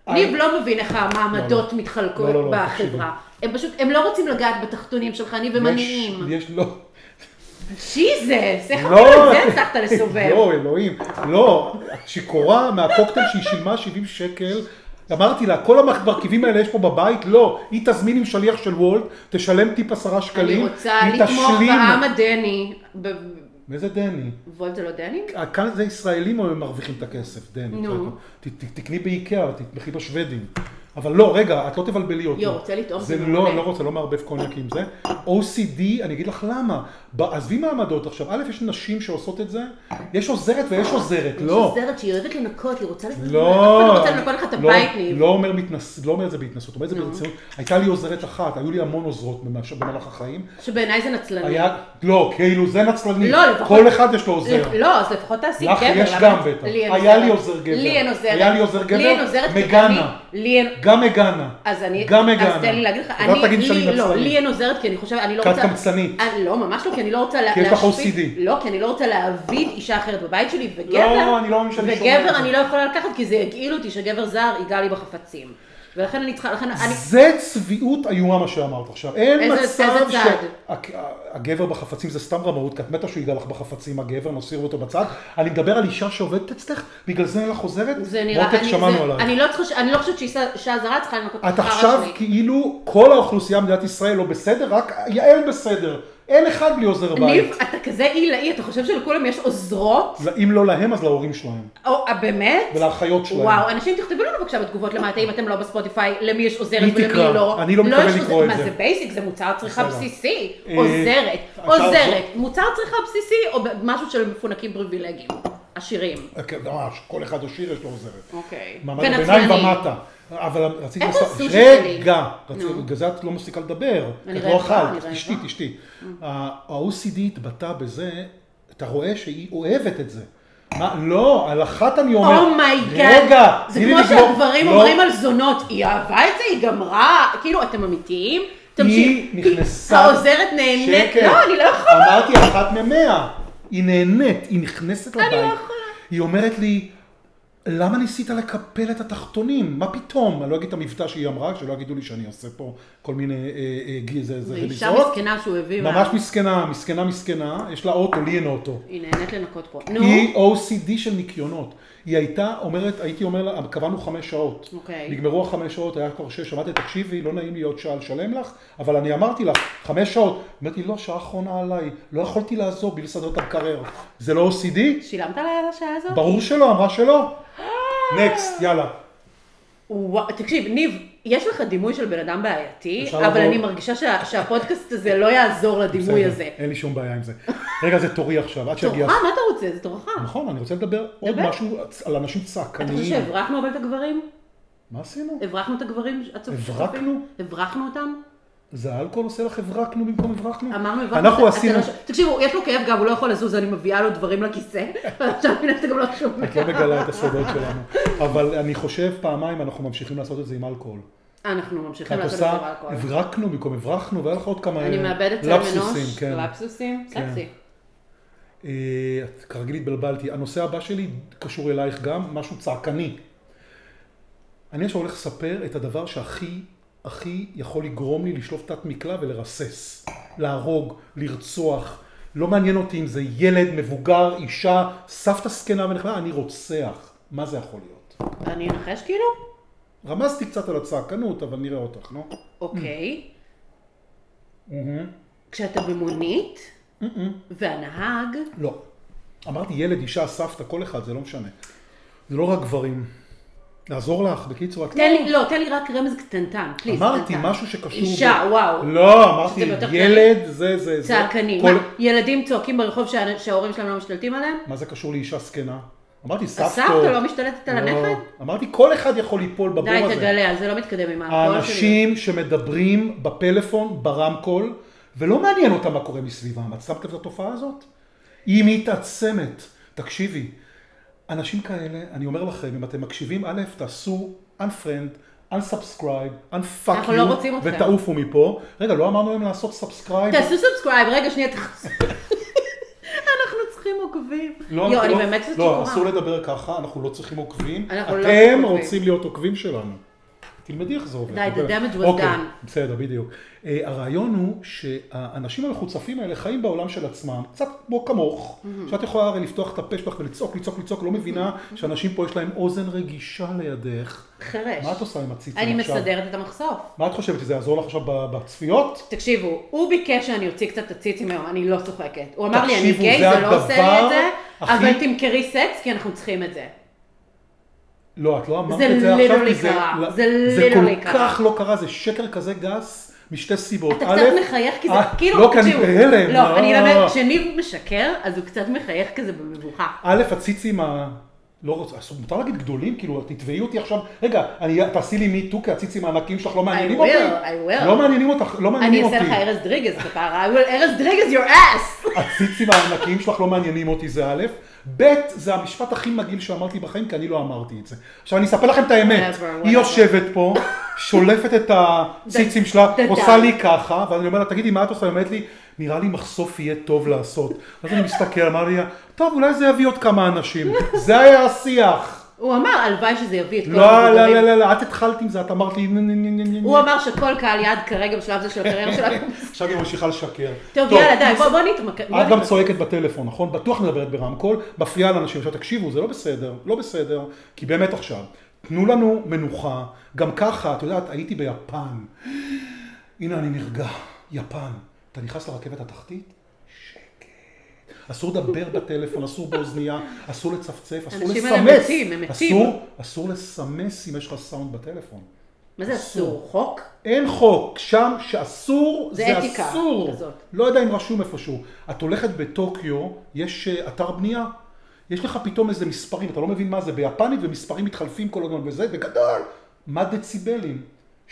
[SPEAKER 1] ניב לא מבין איך המעמדות
[SPEAKER 2] אה, לא,
[SPEAKER 1] מתחלקות
[SPEAKER 2] לא, לא,
[SPEAKER 1] בחברה. הם פשוט, הם לא רוצים לגעת בתחתונים שלך, ניב הם
[SPEAKER 2] יש,
[SPEAKER 1] עניים.
[SPEAKER 2] יש, לא.
[SPEAKER 1] ג'יזס, איך אפילו את זה הצלחת לסובב?
[SPEAKER 2] לא, אלוהים. לא, שיכורה מהקוקטייל שהיא שילמה 70 שקל. אמרתי לה, כל המרכיבים האלה יש פה בבית? לא. היא תזמין עם שליח של וולט, תשלם טיפ עשרה
[SPEAKER 1] אני
[SPEAKER 2] שקלים,
[SPEAKER 1] רוצה
[SPEAKER 2] היא
[SPEAKER 1] לתמוך
[SPEAKER 2] תשלים.
[SPEAKER 1] בעם הדני. ב-
[SPEAKER 2] איזה דני?
[SPEAKER 1] וולט זה לא דני?
[SPEAKER 2] כאן זה ישראלים מרוויחים את הכסף, דני.
[SPEAKER 1] נו.
[SPEAKER 2] ת- ת- תקני באיקאה, תתמכי בשוודים. אבל לא, רגע, את לא תבלבלי אותי.
[SPEAKER 1] יו, רוצה לטעום
[SPEAKER 2] זה
[SPEAKER 1] זה
[SPEAKER 2] לא,
[SPEAKER 1] מעולה.
[SPEAKER 2] אני לא רוצה, לא מערבב קוניאק עם זה. OCD, אני אגיד לך למה. ב- עזבי מעמדות עכשיו, א', יש נשים שעושות את זה, יש עוזרת ויש עוזרת,
[SPEAKER 1] יש
[SPEAKER 2] לא.
[SPEAKER 1] עוזרת שהיא אוהבת לנקות, היא רוצה לנקות,
[SPEAKER 2] לא,
[SPEAKER 1] אף אחד לא רוצה לנקות לך את
[SPEAKER 2] לא-
[SPEAKER 1] הבית, ניב.
[SPEAKER 2] לא אומר מתנס- לא אומר את זה בהתנסות, אומר את זה
[SPEAKER 1] נו.
[SPEAKER 2] ברצינות. הייתה לי עוזרת אחת, היו לי המון עוזרות במש- במהלך החיים.
[SPEAKER 1] שבעיניי זה נצלני.
[SPEAKER 2] היה, לא, כאילו זה נצלני.
[SPEAKER 1] לא, לפחות-
[SPEAKER 2] כל אחד יש לו עוזר.
[SPEAKER 1] לפ- לא, אז לפחות תעשי
[SPEAKER 2] לך
[SPEAKER 1] גבר.
[SPEAKER 2] יש
[SPEAKER 1] למה-
[SPEAKER 2] גם בטח.
[SPEAKER 1] לי אין
[SPEAKER 2] היה לי עוזר גבר.
[SPEAKER 1] לי אין עוזרת.
[SPEAKER 2] היה לי עוזר גבר,
[SPEAKER 1] לי אין עוזרת. כי
[SPEAKER 2] מגנה.
[SPEAKER 1] אני- לי אין...
[SPEAKER 2] גם מגנה.
[SPEAKER 1] אז אני...
[SPEAKER 2] גם מגנה.
[SPEAKER 1] אז תן לי להגיד לך,
[SPEAKER 2] אז אל תגידי
[SPEAKER 1] אני...
[SPEAKER 2] שאני
[SPEAKER 1] לי- לא,
[SPEAKER 2] נצלני.
[SPEAKER 1] לי אין עוזרת כי אני חושבת, אני לא
[SPEAKER 2] כי את
[SPEAKER 1] רוצה...
[SPEAKER 2] קמצנית.
[SPEAKER 1] אה, לא, ממש לא, כי אני לא רוצה לה-
[SPEAKER 2] כי
[SPEAKER 1] להשפיל.
[SPEAKER 2] יש לך OCD.
[SPEAKER 1] לא, כי אני לא רוצה להעביד אישה אחרת בבית שלי, וגבר...
[SPEAKER 2] לא, אני לא מאמין שאני שומע את
[SPEAKER 1] וגבר
[SPEAKER 2] זה.
[SPEAKER 1] אני לא יכולה לקחת, כי זה יגעיל אותי שגבר זר ייגע לי בחפצים. ולכן אני צריכה... לכן אני...
[SPEAKER 2] זה צביעות איומה מה שאמרת עכשיו. אין
[SPEAKER 1] איזה-
[SPEAKER 2] מצב
[SPEAKER 1] איזה
[SPEAKER 2] ש...
[SPEAKER 1] צעד?
[SPEAKER 2] ה- ה- הגבר בחפצים זה סתם רמאות, כי את מתה שהוא ייגע לך בחפצים, הגבר, נסיר אותו בצד. אני מדבר על אישה שעובדת אצלך, בגלל זה אין לך עוזרת?
[SPEAKER 1] זה נראה...
[SPEAKER 2] מותק,
[SPEAKER 1] אני-
[SPEAKER 2] שמענו
[SPEAKER 1] זה-
[SPEAKER 2] עלייך.
[SPEAKER 1] אני לא צריכה... ש- אני לא חושבת שאישה אישה זרה צריכה לנקות את
[SPEAKER 2] את
[SPEAKER 1] החרא
[SPEAKER 2] עכשיו
[SPEAKER 1] שלי.
[SPEAKER 2] כאילו כל האוכלוסייה במדינת ישראל לא בסדר, רק יעל בסדר. אין אחד בלי עוזר בית.
[SPEAKER 1] ניב, אתה כזה עילאי, אתה חושב שלכולם יש עוזרות?
[SPEAKER 2] אם לא להם, אז להורים שלהם.
[SPEAKER 1] או, אה, באמת?
[SPEAKER 2] ולאחיות שלהם.
[SPEAKER 1] וואו, אנשים תכתבו לנו בבקשה בתגובות למטה, אם אתם לא בספוטיפיי, למי יש
[SPEAKER 2] מי
[SPEAKER 1] עוזרת ולמי
[SPEAKER 2] תקרא?
[SPEAKER 1] לא.
[SPEAKER 2] אני לא מתכוון
[SPEAKER 1] יש עוזרת-
[SPEAKER 2] לקרוא את זה.
[SPEAKER 1] מה זה בייסיק? זה מוצר צריכה
[SPEAKER 2] בסדר.
[SPEAKER 1] בסיסי.
[SPEAKER 2] אה,
[SPEAKER 1] עוזרת,
[SPEAKER 2] עכשיו-
[SPEAKER 1] עוזרת. מוצר צריכה בסיסי או ב- משהו של מפונקים פריבילגיים, עשירים.
[SPEAKER 2] כן, ממש, כל אחד עשיר יש לו עוזרת.
[SPEAKER 1] אוקיי.
[SPEAKER 2] מעמד
[SPEAKER 1] ונצלנים.
[SPEAKER 2] הביניים ומטה. אבל רציתי...
[SPEAKER 1] איפה
[SPEAKER 2] לעשות-
[SPEAKER 1] הסושי
[SPEAKER 2] רגע,
[SPEAKER 1] שלי?
[SPEAKER 2] רציתי-
[SPEAKER 1] נו.
[SPEAKER 2] בגלל זה את לא מפסיקה לדבר. כי
[SPEAKER 1] אני
[SPEAKER 2] את
[SPEAKER 1] רעבה,
[SPEAKER 2] לא
[SPEAKER 1] אני אה.
[SPEAKER 2] אכלת,
[SPEAKER 1] רעבה.
[SPEAKER 2] תשתי, תשתי. ה-OCD התבטא בזה, אתה רואה שהיא אוהבת את זה. מה, לא, על אחת אני אומר.
[SPEAKER 1] אומייגאד.
[SPEAKER 2] רגע,
[SPEAKER 1] Oh זה
[SPEAKER 2] תני לי
[SPEAKER 1] כמו
[SPEAKER 2] לגמור.
[SPEAKER 1] שהגברים
[SPEAKER 2] לא,
[SPEAKER 1] אומרים על זונות, היא אהבה את זה, היא גמרה, כאילו, אתם אמיתיים? תמשיך.
[SPEAKER 2] נכנסה-
[SPEAKER 1] העוזרת נהנית.
[SPEAKER 2] שקט.
[SPEAKER 1] לא, אני לא יכולה.
[SPEAKER 2] אמרתי אחת ממאה. היא נהנית, היא נכנסת לבית.
[SPEAKER 1] לא יכולה.
[SPEAKER 2] היא אומרת לי, למה ניסית לקפל את התחתונים? מה פתאום? אני לא אגיד את המבטא שהיא אמרה, שלא יגידו לי שאני עושה פה כל מיני אה, אה, גי- זה זה
[SPEAKER 1] זו אישה
[SPEAKER 2] רמיזות.
[SPEAKER 1] מסכנה שהוא הביא.
[SPEAKER 2] ממש
[SPEAKER 1] מה-
[SPEAKER 2] מסכנה, מסכנה, מסכנה. יש לה אוטו, לי אין אוטו.
[SPEAKER 1] היא נהנית לנקות פה. נו.
[SPEAKER 2] היא OCD של ניקיונות. היא הייתה אומרת, הייתי אומר לה, קבענו חמש שעות.
[SPEAKER 1] אוקיי.
[SPEAKER 2] נגמרו החמש שעות, היה כבר שש, אמרתי, תקשיבי, לא נעים לי עוד שעה לשלם לך, אבל אני אמרתי לך, חמש שעות. אמרתי, לא, שעה אחרונה עליי, לא יכולתי לעזוב בלי לסדר את המקרר. זה לא OCD?
[SPEAKER 1] שילמת עליי על השעה הזאת?
[SPEAKER 2] ברור שלא, אמרה שלא. נקסט, יאללה.
[SPEAKER 1] וואו, תקשיב, ניב, יש לך דימוי של בן אדם בעייתי,
[SPEAKER 2] אפשר
[SPEAKER 1] אבל
[SPEAKER 2] לעבור.
[SPEAKER 1] אני מרגישה שה- שהפודקאסט הזה לא יעזור לדימוי
[SPEAKER 2] בסדר,
[SPEAKER 1] הזה.
[SPEAKER 2] אין לי שום בעיה עם זה. רגע, זה תורי עכשיו, עד שיגיע.
[SPEAKER 1] תורך, מה אתה רוצה? זה תורך.
[SPEAKER 2] נכון, אני רוצה לדבר עוד
[SPEAKER 1] דבר.
[SPEAKER 2] משהו על אנשים
[SPEAKER 1] אתה חושב
[SPEAKER 2] צעקניים.
[SPEAKER 1] שהברחנו אבל את הגברים?
[SPEAKER 2] מה עשינו?
[SPEAKER 1] הברחנו את הגברים עד סוף
[SPEAKER 2] הברקנו?
[SPEAKER 1] הברחנו אותם?
[SPEAKER 2] זה האלכוהול עושה לך הברקנו במקום הברקנו?
[SPEAKER 1] אמרנו, הברחנו
[SPEAKER 2] אנחנו
[SPEAKER 1] אותם. אתה
[SPEAKER 2] עשינו...
[SPEAKER 1] לא ש- תקשיבו, יש לו כאב גב, הוא לא יכול לזוז, אני מביאה לו דברים לכיסא, ועכשיו הנה אתה גם לא שומע.
[SPEAKER 2] את לא מגלה את הסודות שלנו. אבל אני חושב פעמיים אנחנו ממשיכים לעשות את זה עם אלכוהול.
[SPEAKER 1] אנחנו ממשיכים
[SPEAKER 2] את
[SPEAKER 1] כן, לעשות את זה
[SPEAKER 2] עושה,
[SPEAKER 1] באלכוהול.
[SPEAKER 2] הברקנו במקום הברחנו, והיה לך עוד כמה
[SPEAKER 1] אני
[SPEAKER 2] אה,
[SPEAKER 1] מאבדת צלם
[SPEAKER 2] לפסוסים,
[SPEAKER 1] אנוש,
[SPEAKER 2] כן.
[SPEAKER 1] לפסוסים,
[SPEAKER 2] כן.
[SPEAKER 1] סקסי.
[SPEAKER 2] אה, את כרגיל התבלבלתי. הנושא הבא שלי קשור אלייך גם, משהו צעקני. אני עכשיו הולך לספר את הדבר שהכי, הכי יכול לגרום לי לשלוף תת מקלע ולרסס. להרוג, לרצוח. לא מעניין אותי אם זה ילד, מבוגר, אישה, סבתא זקנה ונחמדה, אני רוצח. מה זה יכול להיות?
[SPEAKER 1] אני אנחש כאילו?
[SPEAKER 2] רמזתי קצת על הצעקנות, אבל נראה אותך, נו.
[SPEAKER 1] אוקיי.
[SPEAKER 2] Mm-hmm.
[SPEAKER 1] כשאתה במונית, והנהג,
[SPEAKER 2] לא. אמרתי ילד, אישה, סבתא, כל אחד, זה לא משנה. זה לא רק גברים. לעזור לך, בקיצור, את
[SPEAKER 1] תן לי, לא, תן לי רק רמז קטנטן, פליז, קטנטן.
[SPEAKER 2] אמרתי משהו שקשור...
[SPEAKER 1] אישה,
[SPEAKER 2] ב-
[SPEAKER 1] וואו.
[SPEAKER 2] לא, אמרתי
[SPEAKER 1] שזה יותר
[SPEAKER 2] ילד, זה, זה, זה.
[SPEAKER 1] צעקנים.
[SPEAKER 2] כל-
[SPEAKER 1] מה, ילדים צועקים ברחוב שה- שההורים שלהם לא משתלטים עליהם?
[SPEAKER 2] מה זה קשור לאישה זקנה? אמרתי סבתא.
[SPEAKER 1] הסבתא לא משתלטת על
[SPEAKER 2] לא.
[SPEAKER 1] הנכד?
[SPEAKER 2] אמרתי כל אחד יכול ליפול בבור
[SPEAKER 1] די,
[SPEAKER 2] הזה.
[SPEAKER 1] תגלה, על זה לא מתקדם עם האלכוהול שלי.
[SPEAKER 2] האנשים שמדברים בפלאפון, ברמקול, ולא מעניין אותם מה קורה מסביבם. את שמת לב לתופעה הזאת? היא מתעצמת. תקשיבי, אנשים כאלה, אני אומר לכם, אם אתם מקשיבים, א', תעשו unfriend, unsubscribe, unfuck
[SPEAKER 1] אנחנו לא רוצים
[SPEAKER 2] you,
[SPEAKER 1] אתכם.
[SPEAKER 2] ותעופו מפה. רגע, לא אמרנו להם לעשות סאבסקרייב?
[SPEAKER 1] תעשו סאבסקרייב, רגע, שנייה, תחזור. אנחנו צריכים עוקבים.
[SPEAKER 2] לא,
[SPEAKER 1] יואו,
[SPEAKER 2] אנחנו
[SPEAKER 1] אני
[SPEAKER 2] לא-
[SPEAKER 1] באמת קצת
[SPEAKER 2] לא,
[SPEAKER 1] שקורה.
[SPEAKER 2] אסור לדבר ככה, אנחנו לא צריכים עוקבים.
[SPEAKER 1] אנחנו לא
[SPEAKER 2] אתם
[SPEAKER 1] צריכים עוקבים.
[SPEAKER 2] רוצים להיות עוקבים שלנו. תלמדי איך זה עובד.
[SPEAKER 1] די, the
[SPEAKER 2] אוקיי.
[SPEAKER 1] damage was
[SPEAKER 2] אוקיי,
[SPEAKER 1] done.
[SPEAKER 2] בסדר, בדיוק. אה, הרעיון הוא שהאנשים המחוצפים האלה חיים בעולם של עצמם, קצת כמו כמוך, שאת יכולה הרי לפתוח את הפה שלך ולצעוק, לצעוק, לצעוק, לא מבינה שאנשים פה יש להם אוזן רגישה לידך.
[SPEAKER 1] חרש.
[SPEAKER 2] מה את עושה עם הציצים
[SPEAKER 1] אני
[SPEAKER 2] עכשיו?
[SPEAKER 1] מסדרת את המחשוף.
[SPEAKER 2] מה את חושבת, שזה יעזור לך עכשיו ב- בצפיות?
[SPEAKER 1] תקשיבו, הוא ביקש שאני אוציא קצת את הציצים היום, אני לא צוחקת. הוא אמר לי, אני
[SPEAKER 2] תקשיבו,
[SPEAKER 1] גיי,
[SPEAKER 2] זה
[SPEAKER 1] זה לא עושה לי את זה,
[SPEAKER 2] הדבר הכי-
[SPEAKER 1] אבל תמכרי סקס, כי אנחנו צריכים את זה.
[SPEAKER 2] לא, את לא אמרת
[SPEAKER 1] זה
[SPEAKER 2] את זה
[SPEAKER 1] לא
[SPEAKER 2] עכשיו,
[SPEAKER 1] לא
[SPEAKER 2] כי זה,
[SPEAKER 1] קרה.
[SPEAKER 2] לא-
[SPEAKER 1] זה
[SPEAKER 2] זה
[SPEAKER 1] לא
[SPEAKER 2] כל
[SPEAKER 1] לא קרה.
[SPEAKER 2] כך לא קרה, זה שקר כזה גס, משתי סיבות.
[SPEAKER 1] אתה
[SPEAKER 2] א',
[SPEAKER 1] קצת מחייך, כי זה
[SPEAKER 2] אה,
[SPEAKER 1] כאילו,
[SPEAKER 2] לא, כי אני
[SPEAKER 1] תקשיבו,
[SPEAKER 2] בהלם.
[SPEAKER 1] לא, אני
[SPEAKER 2] אה.
[SPEAKER 1] אלמד, כשניב משקר, אז הוא קצת מחייך כזה במבוכה.
[SPEAKER 2] א', הציצים ה... לא רוצה, אסור- מותר להגיד גדולים? כאילו, תתבעי אותי עכשיו, רגע, אני, תעשי לי מיטו, כי הציצים הענקים שלך לא מעניינים
[SPEAKER 1] will,
[SPEAKER 2] אותי.
[SPEAKER 1] I will.
[SPEAKER 2] לא מעניינים אותך, לא
[SPEAKER 1] אני
[SPEAKER 2] מעניינים אותי.
[SPEAKER 1] אעשה לך ארז דריגז כפרה, I will- ארז דריגז your ass!
[SPEAKER 2] הציצים הענקיים שלך לא מעניינים אותי, זה א', ב', זה המשפט הכי מגעיל שאמרתי בחיים, כי אני לא אמרתי את זה. עכשיו אני אספר לכם את האמת,
[SPEAKER 1] Whatever, whatever.
[SPEAKER 2] היא יושבת פה, שולפת את הציצים שלה,
[SPEAKER 1] ד- ד-
[SPEAKER 2] עושה לי ככה, ואני אומר לה, תגידי, מה את עושה? היא אומרת לי, נראה לי מחשוף יהיה טוב לעשות. אז אני מסתכל, אמר לי, טוב, אולי זה יביא עוד כמה אנשים. זה היה השיח.
[SPEAKER 1] הוא אמר, הלוואי שזה יביא את כל
[SPEAKER 2] לא, לא,
[SPEAKER 1] המבוגרים.
[SPEAKER 2] לא, לא, לא, את התחלת עם זה, את אמרת לי, "נה, נה, נה, נה, נה".
[SPEAKER 1] הוא אמר שכל קהל יעד כרגע בשלב זה של הקריירה שלה.
[SPEAKER 2] עכשיו היא ממשיכה לשקר.
[SPEAKER 1] טוב, יאללה, די, בוא- בוא נתמקד. בוא
[SPEAKER 2] את גם
[SPEAKER 1] נתמקד.
[SPEAKER 2] צועקת בטלפון, נכון? בטוח מדברת ברמקול, מפריעה לאנשים. עכשיו תקשיבו, זה לא בסדר, לא בסדר, כי באמת עכשיו, תנו לנו מנוחה, גם ככה, את יודעת, הייתי ביפן. הנה אני נרגע, יפן. אתה נכנס לרכבת התחתית? שקט. אסור לדבר בטלפון, אסור באוזנייה, אסור לצפצף, אסור
[SPEAKER 1] האנשים האלה
[SPEAKER 2] לסמס.
[SPEAKER 1] מתים, הם מתים.
[SPEAKER 2] אסור, אסור לסמס אם יש לך סאונד בטלפון.
[SPEAKER 1] מה זה אסור? חוק?
[SPEAKER 2] אין חוק, שם שאסור,
[SPEAKER 1] זה
[SPEAKER 2] זה,
[SPEAKER 1] אתיקה
[SPEAKER 2] אסור.
[SPEAKER 1] כזאת.
[SPEAKER 2] לא יודע אם רשום איפשהו. את הולכת בטוקיו, יש אה, אתר בנייה, יש לך פתאום איזה מספרים, אתה לא מבין מה זה, ביפנית ומספרים מתחלפים כל הזמן וזה, בגדול, מה דציבלים?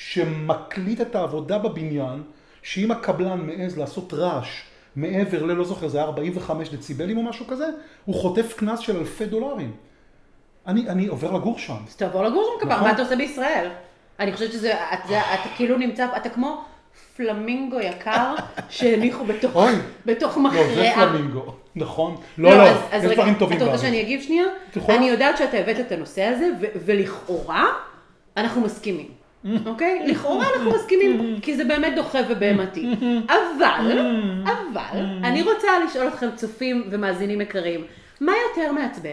[SPEAKER 2] שמקליט את העבודה בבניין, שאם הקבלן מעז לעשות רעש מעבר ל... לא זוכר, זה היה 45 דציבלים או משהו כזה, הוא חוטף קנס של אלפי דולרים. אני, אני עובר לגור שם.
[SPEAKER 1] אז תעבור לגור שם כבר,
[SPEAKER 2] נכון.
[SPEAKER 1] מה אתה עושה בישראל? אני חושבת שזה, את- זה- אתה כאילו נמצא, אתה כמו פלמינגו יקר שהניחו בתוך-
[SPEAKER 2] אוי.
[SPEAKER 1] בתוך
[SPEAKER 2] לא, זה
[SPEAKER 1] מכרעה.
[SPEAKER 2] פלמינגו, נכון? לא, לא, יש
[SPEAKER 1] רגע,
[SPEAKER 2] דברים טובים
[SPEAKER 1] אתה רוצה
[SPEAKER 2] בארץ.
[SPEAKER 1] שאני אגיב שנייה?
[SPEAKER 2] את יכולה?
[SPEAKER 1] אני יודעת שאתה הבאת את הנושא הזה, ו- ולכאורה אנחנו מסכימים, אוקיי? לכאורה אנחנו מסכימים, כי זה באמת דוחה ובהמתי. אבל, אבל, אני רוצה לשאול אתכם צופים ומאזינים יקרים, מה יותר מעצבן?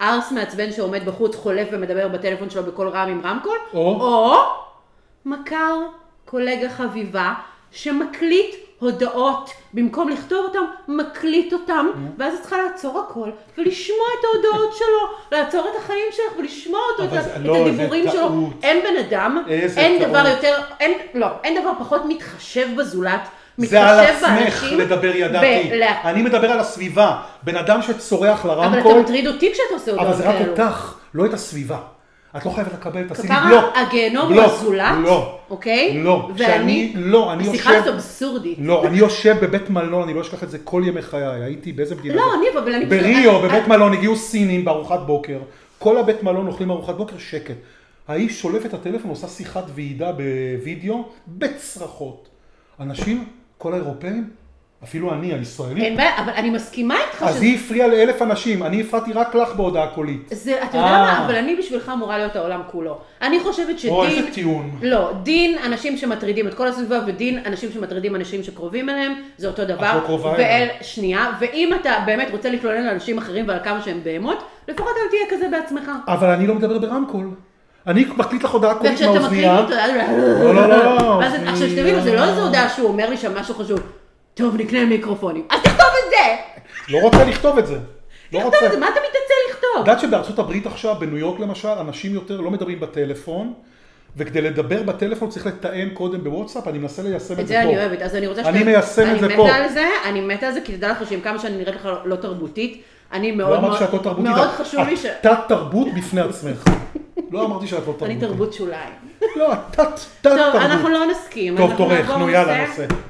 [SPEAKER 1] ארס מעצבן שעומד בחוץ, חולף ומדבר בטלפון שלו בקול רם עם רמקול?
[SPEAKER 2] או?
[SPEAKER 1] או מכר קולגה חביבה שמקליט הודעות, במקום לכתוב אותם, מקליט אותם, ואז את צריכה לעצור הכל ולשמוע את ההודעות שלו, לעצור את החיים שלך ולשמוע אותו, את,
[SPEAKER 2] כן. אבל
[SPEAKER 1] ה-
[SPEAKER 2] זה-
[SPEAKER 1] את
[SPEAKER 2] לא, זה
[SPEAKER 1] הדיבורים שלו.
[SPEAKER 2] טעות.
[SPEAKER 1] אין בן אדם,
[SPEAKER 2] איזה
[SPEAKER 1] אין
[SPEAKER 2] טעות.
[SPEAKER 1] דבר יותר, אין, לא, אין דבר פחות מתחשב בזולת, מתחשב
[SPEAKER 2] זה על עצמך
[SPEAKER 1] באנשים,
[SPEAKER 2] לדבר ידעתי.
[SPEAKER 1] בלה-
[SPEAKER 2] אני מדבר על הסביבה. בן אדם שצורח
[SPEAKER 1] אבל אתה
[SPEAKER 2] לרמקול,
[SPEAKER 1] מטריד אותי כשאתה עושה הודעות
[SPEAKER 2] אבל
[SPEAKER 1] כאלו.
[SPEAKER 2] זה רק אותך, לא את הסביבה. את לא חייבת לקבל, תעשי לי בלוק.
[SPEAKER 1] כפרה, הגיהנום הוא
[SPEAKER 2] בלוק.
[SPEAKER 1] הזולת,
[SPEAKER 2] לא.
[SPEAKER 1] אוקיי?
[SPEAKER 2] לא. שאני, לא, אני
[SPEAKER 1] השיחה הזאת
[SPEAKER 2] יושב...
[SPEAKER 1] אבסורדית.
[SPEAKER 2] לא, אני יושב בבית מלון, אני לא אשכח את זה כל ימי חיי, הייתי באיזה מדינה.
[SPEAKER 1] לא,
[SPEAKER 2] זאת?
[SPEAKER 1] אני, אבל אני...
[SPEAKER 2] בריו,
[SPEAKER 1] אני-
[SPEAKER 2] בבית מלון, הגיעו סינים בארוחת בוקר, כל הבית מלון אוכלים ארוחת בוקר, שקט. האיש שולף את הטלפון, עושה שיחת ועידה בווידאו, בצרחות. אנשים, כל האירופאים, אפילו אני, הישראלי,
[SPEAKER 1] אין בעיה, אבל אני מסכימה איתך
[SPEAKER 2] אז
[SPEAKER 1] שזה...
[SPEAKER 2] היא הפריעה לאלף אנשים, אני הפרעתי רק לך בהודעה קולית.
[SPEAKER 1] זה, אתה יודע
[SPEAKER 2] אה.
[SPEAKER 1] מה, אבל אני בשבילך אמורה להיות העולם כולו. אני חושבת שדין...
[SPEAKER 2] או, איזה טיעון.
[SPEAKER 1] לא, דין אנשים שמטרידים את כל הסביבה, ודין אנשים שמטרידים אנשים שקרובים אליהם, זה אותו דבר.
[SPEAKER 2] לא קרובה
[SPEAKER 1] ואל-
[SPEAKER 2] אליי.
[SPEAKER 1] שנייה, ואם אתה באמת רוצה להתלונן על אנשים אחרים ועל כמה שהם בהמות, לפחות אל תהיה כזה בעצמך.
[SPEAKER 2] אבל אני לא מדבר ברמקול. אני מקליט לך הודעה קולית
[SPEAKER 1] וכשאתה מקליט
[SPEAKER 2] מהאוזנייה.
[SPEAKER 1] אותו, אז...
[SPEAKER 2] אוקיי, לא, לא, לא, לא.
[SPEAKER 1] ואז- עכשיו שתבינו, זה לא איזו הודעה שהוא אומר לי שם משהו חשוב. טוב, נקנה מיקרופונים. אז תכתוב את זה!
[SPEAKER 2] לא רוצה לכתוב את זה. לא
[SPEAKER 1] תכתוב
[SPEAKER 2] רוצה.
[SPEAKER 1] את זה, מה אתה מתעצל לכתוב?
[SPEAKER 2] את יודעת שבארצות הברית עכשיו, בניו יורק למשל, אנשים יותר לא מדברים בטלפון, וכדי לדבר בטלפון צריך לתאם קודם בוואטסאפ, אני מנסה ליישם את זה פה.
[SPEAKER 1] את זה אני אוהבת, אז אני רוצה
[SPEAKER 2] אני מיישם את זה
[SPEAKER 1] אני
[SPEAKER 2] פה.
[SPEAKER 1] מתה על זה, אני מתה על זה, כי תדע לך שעם כמה שאני נראית לך לא- לא תרבותית, אני
[SPEAKER 2] לא
[SPEAKER 1] מאוד
[SPEAKER 2] אמרתי
[SPEAKER 1] מאוד,
[SPEAKER 2] שאת לא תרבותית.
[SPEAKER 1] מאוד
[SPEAKER 2] את-
[SPEAKER 1] חשוב לי ש...
[SPEAKER 2] את תת-תרבות בפני עצמך. לא אמרתי שאת לא תרבותית.
[SPEAKER 1] אני תרבות שוליים.
[SPEAKER 2] לא, את תת-
[SPEAKER 1] טוב, אנחנו
[SPEAKER 2] תת-תרבות.
[SPEAKER 1] לא נסכים.
[SPEAKER 2] טוב,
[SPEAKER 1] אנחנו
[SPEAKER 2] תורך,
[SPEAKER 1] נעבור
[SPEAKER 2] נו יאללה,
[SPEAKER 1] לנושא.
[SPEAKER 2] נושא.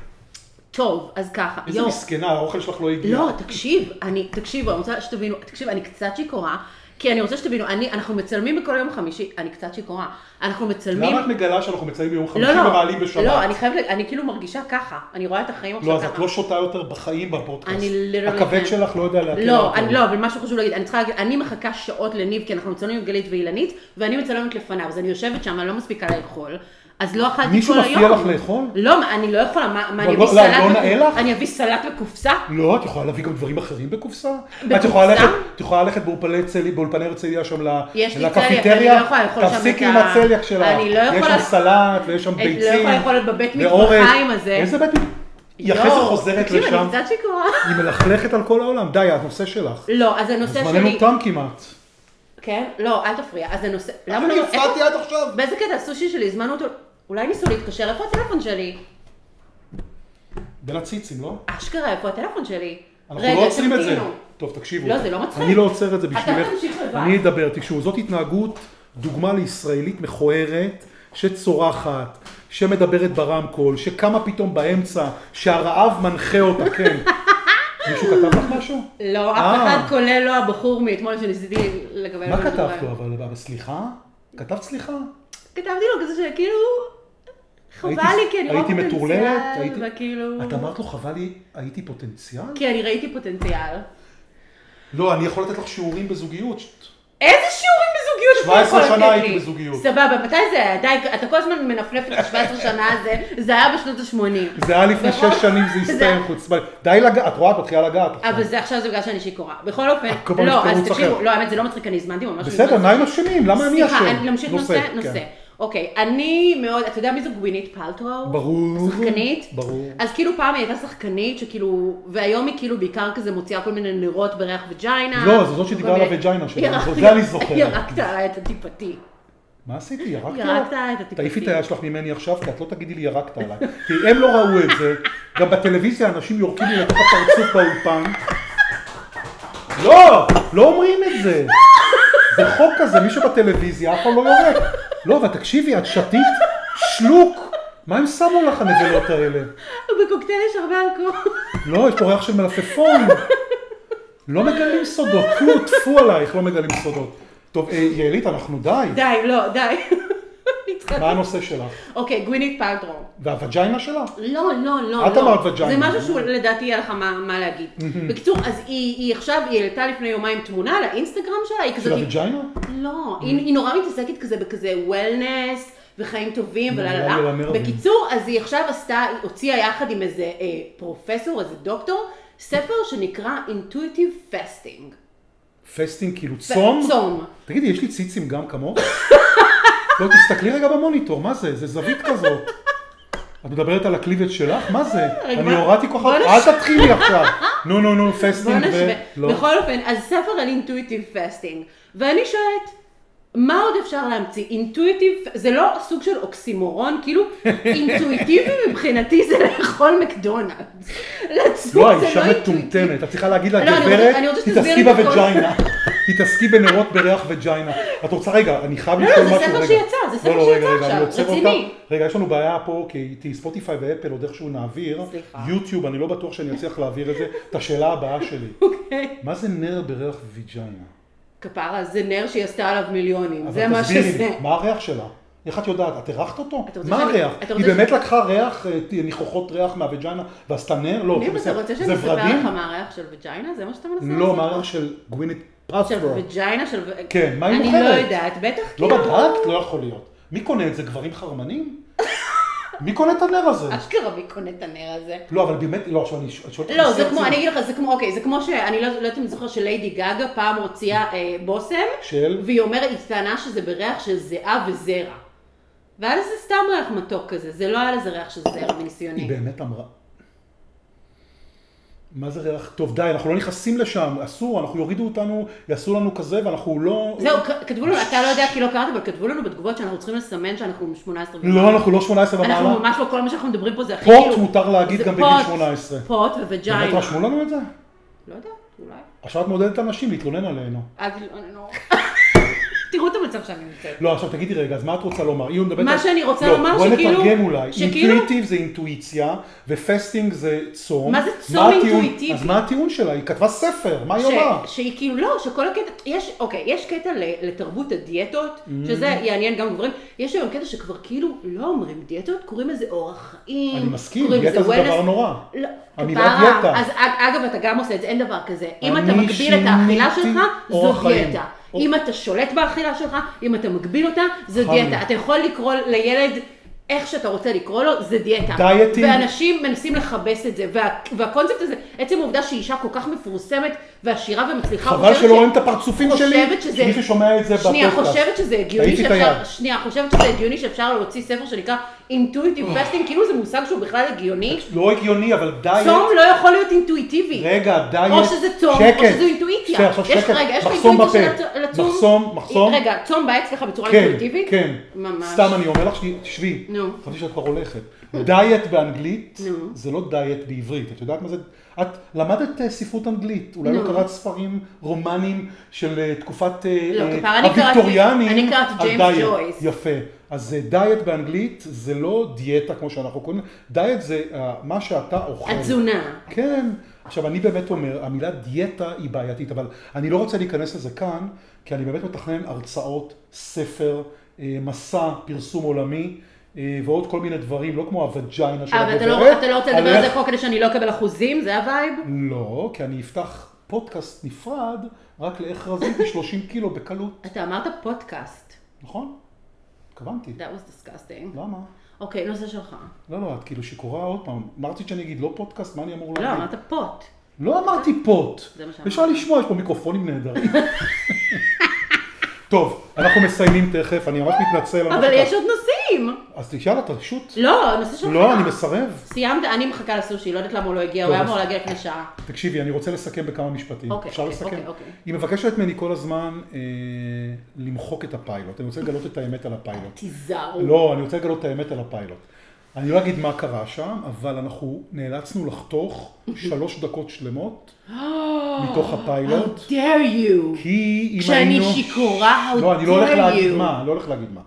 [SPEAKER 1] טוב, אז ככה.
[SPEAKER 2] איזה
[SPEAKER 1] יואו.
[SPEAKER 2] מסכנה, האוכל שלך לא הגיע.
[SPEAKER 1] לא, תקשיב, אני, תקשיבו, אני רוצה שתבינו, תקשיב, אני קצת שיכורה, כי אני רוצה שתבינו, אני, אנחנו מצלמים בכל יום חמישי, אני קצת שיכורה, אנחנו מצלמים...
[SPEAKER 2] למה את מגלה שאנחנו מציינים ביום
[SPEAKER 1] לא,
[SPEAKER 2] חמישי ומעלים
[SPEAKER 1] לא,
[SPEAKER 2] בשבת?
[SPEAKER 1] לא, אני חייבת, ל- אני כאילו מרגישה ככה, אני רואה את החיים עכשיו
[SPEAKER 2] לא,
[SPEAKER 1] ככה.
[SPEAKER 2] אז את לא שותה יותר בחיים בפודקאסט.
[SPEAKER 1] אני literally
[SPEAKER 2] הכבד
[SPEAKER 1] can't.
[SPEAKER 2] שלך לא יודע להקל
[SPEAKER 1] לא,
[SPEAKER 2] על
[SPEAKER 1] אני,
[SPEAKER 2] הכל.
[SPEAKER 1] לא, אבל משהו חשוב להגיד, אני צריכה להגיד, אני מחכה שעות לניב, כי אנחנו מצלמים עם גלית ואילנית, ואני מצלמת לפניו, אז אני יושבת שם, אני לא מספיקה לאכול, אז לא אכלתי
[SPEAKER 2] מישהו
[SPEAKER 1] כל היום.
[SPEAKER 2] מפריע לך לאכול?
[SPEAKER 1] לא, מה, אני לא יכולה, מה, מה אני אביא
[SPEAKER 2] לא, לא,
[SPEAKER 1] סלט?
[SPEAKER 2] לא
[SPEAKER 1] בק-
[SPEAKER 2] נאה לך?
[SPEAKER 1] אני אביא סלט בקופסה?
[SPEAKER 2] לא, את יכולה להביא גם דברים אחרים בקופסה?
[SPEAKER 1] בקופסה?
[SPEAKER 2] את יכולה ללכת, את יכולה ללכת באולפני צלי, באולפני הרצליה שם ל-
[SPEAKER 1] יש לי צליאק, אני לא
[SPEAKER 2] לקפיטריה,
[SPEAKER 1] יכולה לאכול שם
[SPEAKER 2] תפסיקי
[SPEAKER 1] את
[SPEAKER 2] עם
[SPEAKER 1] ה-
[SPEAKER 2] הצליאק שלך,
[SPEAKER 1] אני לא
[SPEAKER 2] יש
[SPEAKER 1] יכולה-
[SPEAKER 2] שם סלט ויש שם
[SPEAKER 1] אני לא
[SPEAKER 2] ביצים,
[SPEAKER 1] יכולה לאכול בבית
[SPEAKER 2] ואורז.
[SPEAKER 1] מטבחיים הזה.
[SPEAKER 2] איזה בית מטבחיים? היא אחרי זה
[SPEAKER 1] יואו,
[SPEAKER 2] חוזרת
[SPEAKER 1] תקשיב,
[SPEAKER 2] לשם,
[SPEAKER 1] אני קצת שיכורה.
[SPEAKER 2] היא מלכלכת על כל העולם, די, הנושא שלך.
[SPEAKER 1] לא, אז הנושא
[SPEAKER 2] זמננו
[SPEAKER 1] שלי,
[SPEAKER 2] תם כמעט.
[SPEAKER 1] כן? לא, אל תפריע. אז הנושא... למה
[SPEAKER 2] אני
[SPEAKER 1] לא... איפה-
[SPEAKER 2] הפרעתי עד עכשיו.
[SPEAKER 1] באיזה קטע הסושי שלי, הזמנו אותו... אולי ניסו להתקשר, איפה הטלפון שלי?
[SPEAKER 2] בין הציצים, לא?
[SPEAKER 1] אשכרה, איפה הטלפון שלי?
[SPEAKER 2] אנחנו לא עוצרים את זה.
[SPEAKER 1] תמתינו.
[SPEAKER 2] טוב, תקשיבו.
[SPEAKER 1] לא, זה לא מצחיק.
[SPEAKER 2] אני לא עוצר את זה בשבילך.
[SPEAKER 1] אתה תמשיך לבד.
[SPEAKER 2] אני אדבר. תקשיבו, זאת התנהגות, דוגמה לישראלית מכוערת, שצורחת, שמדברת ברמקול, שקמה פתאום באמצע, שהרעב מנחה אותה, כן. מישהו כתב לך משהו?
[SPEAKER 1] לא, אף
[SPEAKER 2] אה.
[SPEAKER 1] אחד כולל לא הבחור מאתמול שניסיתי לקבל...
[SPEAKER 2] מה
[SPEAKER 1] ממנו
[SPEAKER 2] כתבת
[SPEAKER 1] דבר.
[SPEAKER 2] לו? אבל אבל סליחה? כתבת סליחה?
[SPEAKER 1] כתבתי לו כזה שכאילו... חבל
[SPEAKER 2] הייתי-
[SPEAKER 1] לי, כי אני רואה
[SPEAKER 2] הייתי מטורללת,
[SPEAKER 1] פוטנציאל,
[SPEAKER 2] הייתי-
[SPEAKER 1] וכאילו...
[SPEAKER 2] את אמרת לו, חבל לי, הייתי פוטנציאל?
[SPEAKER 1] כי אני ראיתי פוטנציאל.
[SPEAKER 2] לא, אני יכול לתת לך שיעורים בזוגיות.
[SPEAKER 1] איזה שיעורים בזוגיות? אתה
[SPEAKER 2] 17
[SPEAKER 1] יכול
[SPEAKER 2] שנה
[SPEAKER 1] לתת
[SPEAKER 2] הייתי
[SPEAKER 1] לי?
[SPEAKER 2] בזוגיות.
[SPEAKER 1] סבבה, מתי זה היה? די, אתה כל הזמן מנפנף את ה-17 שנה הזה, זה היה בשנות ה-80.
[SPEAKER 2] זה היה לפני שש שנים, זה הסתיים חוצפה. די לגעת, את רואה, את מתחילה לגעת. עכשיו.
[SPEAKER 1] לא- אבל זה עכשיו זה בגלל שאני שיכורה. בכל
[SPEAKER 2] כל
[SPEAKER 1] אופן,
[SPEAKER 2] פעם יש
[SPEAKER 1] לא, אז
[SPEAKER 2] תירוץ
[SPEAKER 1] תקשיבו,
[SPEAKER 2] אחר.
[SPEAKER 1] לא, האמת זה לא מצחיק, אני הזמנתי ממש...
[SPEAKER 2] בסדר, מה הם אשמים? למה אני אשם?
[SPEAKER 1] לא. סליחה, אני נמשיך נושא,
[SPEAKER 2] כן.
[SPEAKER 1] נושא. אוקיי, אני מאוד, אתה יודע מי זו גווינית פלטואר?
[SPEAKER 2] ברור.
[SPEAKER 1] שחקנית?
[SPEAKER 2] ברור.
[SPEAKER 1] אז כאילו פעם היא הייתה שחקנית שכאילו, והיום היא כאילו בעיקר כזה מוציאה כל מיני נרות בריח וג'יינה.
[SPEAKER 2] לא, זו זאת שדיברה
[SPEAKER 1] כל
[SPEAKER 2] על
[SPEAKER 1] מיני-
[SPEAKER 2] הווג'יינה שלה,
[SPEAKER 1] ירקת-
[SPEAKER 2] זה אני זוכר.
[SPEAKER 1] ירקת עליי את הטיפתי.
[SPEAKER 2] מה עשיתי? ירקת?
[SPEAKER 1] ירקת
[SPEAKER 2] עליי?
[SPEAKER 1] את הטיפוסים.
[SPEAKER 2] תעיפי את היד שלך ממני עכשיו, כי את לא תגידי לי ירקת עליי. כי הם לא ראו את זה, גם בטלוויזיה אנשים יורקים לי לתוך הפרצוף באולפן. לא, לא אומרים את זה. זה חוק כזה, מי שבטלוויזיה אף פעם לא יורק. לא, אבל תקשיבי, את שתית שלוק. מה הם שמו לך הנבלות האלה?
[SPEAKER 1] בקוקטייל יש הרבה אלכוהול.
[SPEAKER 2] לא, יש פה ריח של מלפפון. לא מגלים סודות. טפו, טפו עלייך, לא מגלים סודות. טוב, אה, יעלית, אנחנו די.
[SPEAKER 1] די, לא, די. נצחק.
[SPEAKER 2] מה הנושא שלך?
[SPEAKER 1] אוקיי, גווינית פלטרו.
[SPEAKER 2] והווג'יינה שלה?
[SPEAKER 1] לא, לא, לא.
[SPEAKER 2] את
[SPEAKER 1] לא.
[SPEAKER 2] אמרת וג'יינה.
[SPEAKER 1] זה משהו שהוא לדעתי יהיה לך מה, מה להגיד. בקיצור, אז היא, היא עכשיו, היא העלתה לפני יומיים תמונה לאינסטגרם שלה, היא כזה...
[SPEAKER 2] של
[SPEAKER 1] היא-
[SPEAKER 2] הווג'יינה? Mm.
[SPEAKER 1] לא, היא, היא נורא מתעסקת כזה בכזה וולנס וחיים טובים
[SPEAKER 2] נורא
[SPEAKER 1] וללה.
[SPEAKER 2] מרמר אותי.
[SPEAKER 1] בקיצור, אז היא עכשיו עשתה, היא הוציאה יחד עם איזה אה, פרופסור, איזה דוקטור, ספר שנקרא Intuitive Fasting.
[SPEAKER 2] פסטינג כאילו צום?
[SPEAKER 1] צום.
[SPEAKER 2] תגידי, יש לי ציצים גם כמוך? לא, תסתכלי רגע במוניטור, מה זה? זה זווית כזאת. את מדברת על הקליבג' שלך? מה זה?
[SPEAKER 1] אה, רגע,
[SPEAKER 2] אני
[SPEAKER 1] בוא-
[SPEAKER 2] הורדתי כוחות,
[SPEAKER 1] בוא
[SPEAKER 2] אל תתחילי עכשיו. נו, נו, נו, פסטינג
[SPEAKER 1] בוא
[SPEAKER 2] ו...
[SPEAKER 1] נשווה.
[SPEAKER 2] לא.
[SPEAKER 1] בכל אופן, אז ספר על אינטואיטיב פסטינג. ואני שואלת, מה עוד אפשר להמציא? אינטואיטיב, זה לא סוג של אוקסימורון, כאילו אינטואיטיבי מבחינתי זה לאכול מקדונלדס. לצום
[SPEAKER 2] לא,
[SPEAKER 1] זה
[SPEAKER 2] האישה
[SPEAKER 1] אינטואיטיבי.
[SPEAKER 2] מטומטמת, את צריכה להגיד
[SPEAKER 1] לא,
[SPEAKER 2] לה,
[SPEAKER 1] אני רוצה-
[SPEAKER 2] גברת,
[SPEAKER 1] אני רוצה שתסביר
[SPEAKER 2] תתעסקי
[SPEAKER 1] לי את כל-
[SPEAKER 2] בווג'יינה, תתעסקי בנרות בריח וג'יינה. את רוצה, רגע, אני חייב
[SPEAKER 1] לא,
[SPEAKER 2] לשאול
[SPEAKER 1] זה
[SPEAKER 2] משהו, רגע.
[SPEAKER 1] ספר שיצא, זה ספר
[SPEAKER 2] לא, לא,
[SPEAKER 1] שיצא
[SPEAKER 2] רגע, רגע,
[SPEAKER 1] עכשיו,
[SPEAKER 2] אני עוצר אותך.
[SPEAKER 1] רציני.
[SPEAKER 2] רגע, יש לנו בעיה פה, כי תהיי ספוטיפיי ואפל עוד איכשהו נעביר.
[SPEAKER 1] סליחה.
[SPEAKER 2] יוטיוב, אני לא בטוח שאני אצליח להעביר את זה. את השאלה הבאה שלי.
[SPEAKER 1] אוקיי.
[SPEAKER 2] מה זה נר בריח וג'יינה?
[SPEAKER 1] כפרה, זה נר שהיא עשתה עליו מיליונים,
[SPEAKER 2] אבל
[SPEAKER 1] זה מה
[SPEAKER 2] תסבירי לי,
[SPEAKER 1] שזה.
[SPEAKER 2] מה הריח שלה? איך את יודעת? את אירחת אותו?
[SPEAKER 1] אתה רוצה
[SPEAKER 2] מה
[SPEAKER 1] שאני-
[SPEAKER 2] הריח?
[SPEAKER 1] אתה
[SPEAKER 2] היא
[SPEAKER 1] רוצה
[SPEAKER 2] באמת לקחה ריח, אה, ניחוחות ריח מהווג'יינה ועשתה נר? לא,
[SPEAKER 1] ניב, אתה
[SPEAKER 2] בסדר.
[SPEAKER 1] רוצה
[SPEAKER 2] זה
[SPEAKER 1] שאני אספר
[SPEAKER 2] ורדים?
[SPEAKER 1] לך מה הריח של וג'יינה? זה מה שאתה מנסה לעשות?
[SPEAKER 2] לא, מה הריח של גווינט
[SPEAKER 1] של
[SPEAKER 2] פרסטרו?
[SPEAKER 1] וג'יינה, של... ו-
[SPEAKER 2] כן, מה היא
[SPEAKER 1] אני לא
[SPEAKER 2] מוכרת?
[SPEAKER 1] יודעת, בטח כאילו...
[SPEAKER 2] לא בדקת? לא יכול להיות. מי קונה את זה? גברים חרמנים? מי קונה את הנר הזה?
[SPEAKER 1] אשכרה מי קונה את הנר הזה?
[SPEAKER 2] לא, אבל באמת, לא, עכשיו אני ש- שואל אותך...
[SPEAKER 1] לא, זה
[SPEAKER 2] בשיא
[SPEAKER 1] כמו,
[SPEAKER 2] הרצינות.
[SPEAKER 1] אני אגיד לך, זה כמו, אוקיי, זה כמו שאני לא לא יודעת אם זוכר שליידי גאגה פעם הוציאה אה, בושם,
[SPEAKER 2] של?
[SPEAKER 1] והיא אומרת, היא טענה שזה בריח של זיעה וזרע. ואז זה סתם ריח מתוק כזה, זה לא היה לזה ריח של זרע
[SPEAKER 2] היא
[SPEAKER 1] מניסיוני.
[SPEAKER 2] באמת אמרה... מה זה ריח? טוב, די, אנחנו לא נכנסים לשם, אסור, אנחנו יורידו אותנו, יעשו לנו כזה, ואנחנו לא...
[SPEAKER 1] זהו, כ- כתבו לנו, אתה לא יודע כי לא קראת, אבל כתבו לנו בתגובות שאנחנו צריכים לסמן שאנחנו 18 ומעלה.
[SPEAKER 2] לא, אנחנו לא 18
[SPEAKER 1] אנחנו
[SPEAKER 2] ומעלה.
[SPEAKER 1] ממש לא, כל מה שאנחנו מדברים פה זה הכי כאילו-
[SPEAKER 2] פוט מותר להגיד
[SPEAKER 1] זה
[SPEAKER 2] גם בגיל
[SPEAKER 1] פוט,
[SPEAKER 2] 18.
[SPEAKER 1] פוט
[SPEAKER 2] באמת
[SPEAKER 1] ווג'יינה.
[SPEAKER 2] רשמו לנו את זה?
[SPEAKER 1] לא יודעת, אולי.
[SPEAKER 2] עכשיו את מעודדת אנשים להתלונן עלינו.
[SPEAKER 1] אל תתלוננו. לא- תראו את המצב שאני נמצאת.
[SPEAKER 2] לא, עכשיו תגידי רגע, אז מה את רוצה לומר? היא מדברת
[SPEAKER 1] מה
[SPEAKER 2] על-
[SPEAKER 1] שאני רוצה
[SPEAKER 2] לא,
[SPEAKER 1] לומר שכאילו-
[SPEAKER 2] בוא נתרגם אולי.
[SPEAKER 1] שכאילו-
[SPEAKER 2] אינטואיטיב זה אינטואיציה, ופסטינג זה צום.
[SPEAKER 1] מה זה צום
[SPEAKER 2] הטיעון-
[SPEAKER 1] אינטואיטיבי?
[SPEAKER 2] אז מה הטיעון שלה? היא כתבה ספר, מה היא
[SPEAKER 1] ש-
[SPEAKER 2] אומרת?
[SPEAKER 1] שהיא כאילו, לא, שכל הקטע, יש, אוקיי, יש קטע ל- לתרבות הדיאטות,
[SPEAKER 2] Mm.
[SPEAKER 1] שזה יעניין גם גברים, יש היום קטע שכבר כאילו לא אומרים דיאטות, קוראים לזה אורח חיים,
[SPEAKER 2] אני מסכים,
[SPEAKER 1] קוראים
[SPEAKER 2] דיאטה
[SPEAKER 1] לזה
[SPEAKER 2] זה
[SPEAKER 1] wellness.
[SPEAKER 2] דבר נורא.
[SPEAKER 1] לא,
[SPEAKER 2] המילה
[SPEAKER 1] כפרה.
[SPEAKER 2] דיאטה.
[SPEAKER 1] אז אג- אגב, אתה גם עושה את זה, אין דבר כזה. אם אתה
[SPEAKER 2] אני
[SPEAKER 1] מגביל את האכילה
[SPEAKER 2] שיניתי
[SPEAKER 1] שלך, זו
[SPEAKER 2] אורח חיים.
[SPEAKER 1] דיאטה.
[SPEAKER 2] אור-
[SPEAKER 1] אם אתה שולט באכילה שלך, אם אתה מגביל אותה, זו
[SPEAKER 2] חם לי.
[SPEAKER 1] דיאטה. אתה יכול לקרוא לילד איך שאתה רוצה לקרוא לו, זה דיאטה.
[SPEAKER 2] דייטים.
[SPEAKER 1] ואנשים מנסים לכבס את זה, וה, והקונספט הזה, עצם העובדה שאישה כל כך מפורסמת ועשירה ומצליחה,
[SPEAKER 2] חבל
[SPEAKER 1] חושבת
[SPEAKER 2] שלא רואים את הפרצופים שלי,
[SPEAKER 1] חושבת שזה-
[SPEAKER 2] שמי ששומע את זה בפודקאסט.
[SPEAKER 1] שנייה, חושבת שזה הגיוני
[SPEAKER 2] תעיפי את
[SPEAKER 1] שאפשר,
[SPEAKER 2] היד.
[SPEAKER 1] שנייה, חושבת שזה הגיוני שאפשר להוציא ספר שנקרא אינטואיטיב פסטינג, כאילו זה מושג שהוא בכלל הגיוני.
[SPEAKER 2] לא הגיוני, אבל דיאט...
[SPEAKER 1] צום לא יכול להיות אינטואיטיבי.
[SPEAKER 2] רגע, דיאט...
[SPEAKER 1] או שזה צום, או
[SPEAKER 2] שקט.
[SPEAKER 1] שזו אינטואיציה.
[SPEAKER 2] שנייה, עכשיו
[SPEAKER 1] יש-
[SPEAKER 2] שקט.
[SPEAKER 1] רגע, יש לך
[SPEAKER 2] מחסום
[SPEAKER 1] אינטואיציה של הצ-
[SPEAKER 2] בפה.
[SPEAKER 1] לצום?
[SPEAKER 2] מחסום, מחסום.
[SPEAKER 1] רגע, צום בא אצלך בצורה
[SPEAKER 2] כן,
[SPEAKER 1] אינטואיטיבית?
[SPEAKER 2] כן.
[SPEAKER 1] ממש.
[SPEAKER 2] סתם אני אומר לך, שתהיי- תשבי.
[SPEAKER 1] נו.
[SPEAKER 2] חשבתי שאת כבר הולכת. דיאט באנגלית
[SPEAKER 1] נו.
[SPEAKER 2] זה לא דיאט בעברית, את יודעת מה זה? את למדת אה, ספרות אנגלית, אולי לא
[SPEAKER 1] נו.
[SPEAKER 2] קראת ספרים, רומנים של אה, תקופת אה,
[SPEAKER 1] לא,
[SPEAKER 2] אה,
[SPEAKER 1] כפרה, אני קראתי-
[SPEAKER 2] הוויקטוריאנים.
[SPEAKER 1] אני קראתי
[SPEAKER 2] על
[SPEAKER 1] ג'יימס
[SPEAKER 2] דיאט.
[SPEAKER 1] ג'ויס.
[SPEAKER 2] יפה. אז אה, דיאט באנגלית זה לא דיאטה כמו שאנחנו קוראים, דיאט זה אה, מה שאתה אוכל.
[SPEAKER 1] התזונה.
[SPEAKER 2] כן. עכשיו, אני באמת אומר, המילה דיאטה היא בעייתית, אבל אני לא רוצה להיכנס לזה כאן, כי אני באמת מתכנן הרצאות, ספר, אה, מסע, פרסום עולמי, אה, ועוד כל מיני דברים, לא כמו הווג'יינה של
[SPEAKER 1] אבל אתה לא
[SPEAKER 2] הגברת,
[SPEAKER 1] אתה לא רוצה לדבר על
[SPEAKER 2] על
[SPEAKER 1] זה
[SPEAKER 2] איך-
[SPEAKER 1] פה כדי שאני לא אקבל אחוזים? זה הווייב?
[SPEAKER 2] לא, כי אני אפתח פודקאסט נפרד, רק לאיך רזיתי 30 קילו בקלות,
[SPEAKER 1] אתה אמרת פודקאסט.
[SPEAKER 2] נכון? התכוונתי.
[SPEAKER 1] That was disgusting.
[SPEAKER 2] למה?
[SPEAKER 1] אוקיי, נושא שלך.
[SPEAKER 2] לא, לא, את כאילו שיכורה עוד פעם. אמרתי שאני אגיד לא פודקאסט, מה אני אמור
[SPEAKER 1] לא,
[SPEAKER 2] להגיד?
[SPEAKER 1] אמרת פוט.
[SPEAKER 2] לא אמרתי פוט.
[SPEAKER 1] זה מה שאמרתי.
[SPEAKER 2] אפשר לשמוע, יש פה מיקרופונים נהדרים. טוב, אנחנו מסיימים תכף, אני ממש מתנצל. על מה
[SPEAKER 1] אבל
[SPEAKER 2] שכך.
[SPEAKER 1] יש עוד נושאים.
[SPEAKER 2] אז יאללה, תשוט.
[SPEAKER 1] לא, הנושא שלך.
[SPEAKER 2] לא, אני מסרב.
[SPEAKER 1] סיימת, אני מחכה לסושי, לא יודעת למה הוא לא הגיע, הוא
[SPEAKER 2] טוב,
[SPEAKER 1] היה
[SPEAKER 2] אז-
[SPEAKER 1] אמור להגיע לפני שעה.
[SPEAKER 2] תקשיבי, אני רוצה לסכם בכמה משפטים.
[SPEAKER 1] אוקיי,
[SPEAKER 2] אפשר
[SPEAKER 1] אוקיי,
[SPEAKER 2] לסכם?
[SPEAKER 1] אוקיי, אוקיי.
[SPEAKER 2] היא מבקשת ממני כל הזמן אה, למחוק את הפיילוט. אני רוצה לגלות את האמת על הפיילוט.
[SPEAKER 1] תיזהרו.
[SPEAKER 2] לא, אני רוצה לגלות את האמת על הפיילוט. אני לא אגיד מה קרה שם, אבל אנחנו נאלצנו לחתוך שלוש דקות שלמות מתוך הפיילוט.
[SPEAKER 1] How dare you.
[SPEAKER 2] כי אם
[SPEAKER 1] כשאני
[SPEAKER 2] היינו...
[SPEAKER 1] שיכורה, how
[SPEAKER 2] לא, אני לא הולך
[SPEAKER 1] dare
[SPEAKER 2] להגיד
[SPEAKER 1] you.
[SPEAKER 2] מה, אני לא הולך להגיד מה.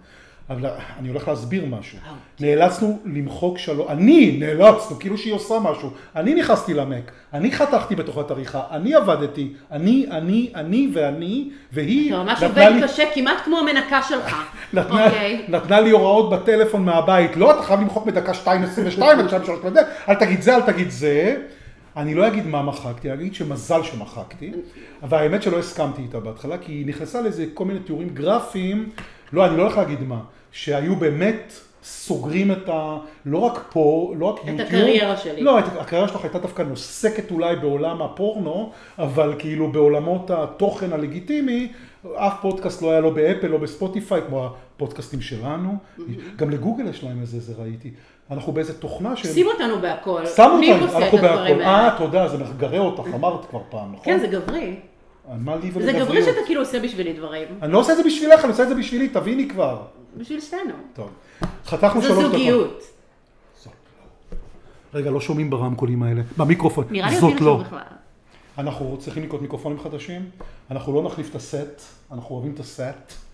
[SPEAKER 2] אבל אני הולך להסביר משהו.
[SPEAKER 1] How
[SPEAKER 2] נאלצנו למחוק שלוש... אני נאלצנו, כאילו שהיא עושה משהו. אני נכנסתי למק, אני חתכתי בתוך התריכה, אני עבדתי, אני, אני, אני ואני, והיא
[SPEAKER 1] אתה ממש
[SPEAKER 2] נתנה
[SPEAKER 1] עובד
[SPEAKER 2] לי...
[SPEAKER 1] קשה, כמעט כמו המנקה שלך.
[SPEAKER 2] נתנה,
[SPEAKER 1] אוקיי.
[SPEAKER 2] נתנה לי הוראות בטלפון מהבית, לא, אתה חייב למחוק בדקה 2.22, עד 2.3, אל תגיד זה, אל תגיד זה. אני לא אגיד מה מחקתי, אני אגיד שמזל שמחקתי, אבל האמת שלא הסכמתי איתה בהתחלה, כי היא נכנסה לאיזה כל מיני תיאורים גרפיים, לא, אני לא הולך להגיד מה, שהיו באמת סוגרים את ה... לא רק פה, לא רק יוטיוב.
[SPEAKER 1] הקריירה שלי.
[SPEAKER 2] לא, את הקריירה שלך הייתה דווקא נוסקת אולי בעולם הפורנו, אבל כאילו בעולמות התוכן הלגיטימי, אף פודקאסט לא היה לא באפל, לא בספוטיפיי, כמו הפודקאסטים שלנו.
[SPEAKER 1] Mm-hmm.
[SPEAKER 2] גם לגוגל יש להם איזה, זה ראיתי. אנחנו באיזה תוכנה שהם...
[SPEAKER 1] שים אותנו בהכל.
[SPEAKER 2] שם
[SPEAKER 1] מי
[SPEAKER 2] אותנו,
[SPEAKER 1] עושה את
[SPEAKER 2] אנחנו
[SPEAKER 1] הדברים
[SPEAKER 2] בהכל.
[SPEAKER 1] האלה?
[SPEAKER 2] אה, תודה, זה מגרה אותך, אמרת כבר פעם, נכון?
[SPEAKER 1] כן, זה גברי.
[SPEAKER 2] מה לי
[SPEAKER 1] זה
[SPEAKER 2] ולגבריות?
[SPEAKER 1] גברי שאתה כאילו עושה בשבילי דברים.
[SPEAKER 2] אני לא עושה את זה בשבילך, אני עושה את זה בשבילי, תביני כבר.
[SPEAKER 1] בשביל שתינו.
[SPEAKER 2] טוב. חתכנו
[SPEAKER 1] זו
[SPEAKER 2] שלוש דקות.
[SPEAKER 1] זוגיות.
[SPEAKER 2] רגע, לא שומעים ברמקולים האלה. במיקרופון.
[SPEAKER 1] נראה לי
[SPEAKER 2] זאת
[SPEAKER 1] אפילו
[SPEAKER 2] לא.
[SPEAKER 1] שם בכלל.
[SPEAKER 2] אנחנו צריכים לקנות מיקרופונים חדשים, אנחנו לא נחליף את הסט, אנחנו אוהבים את הסט,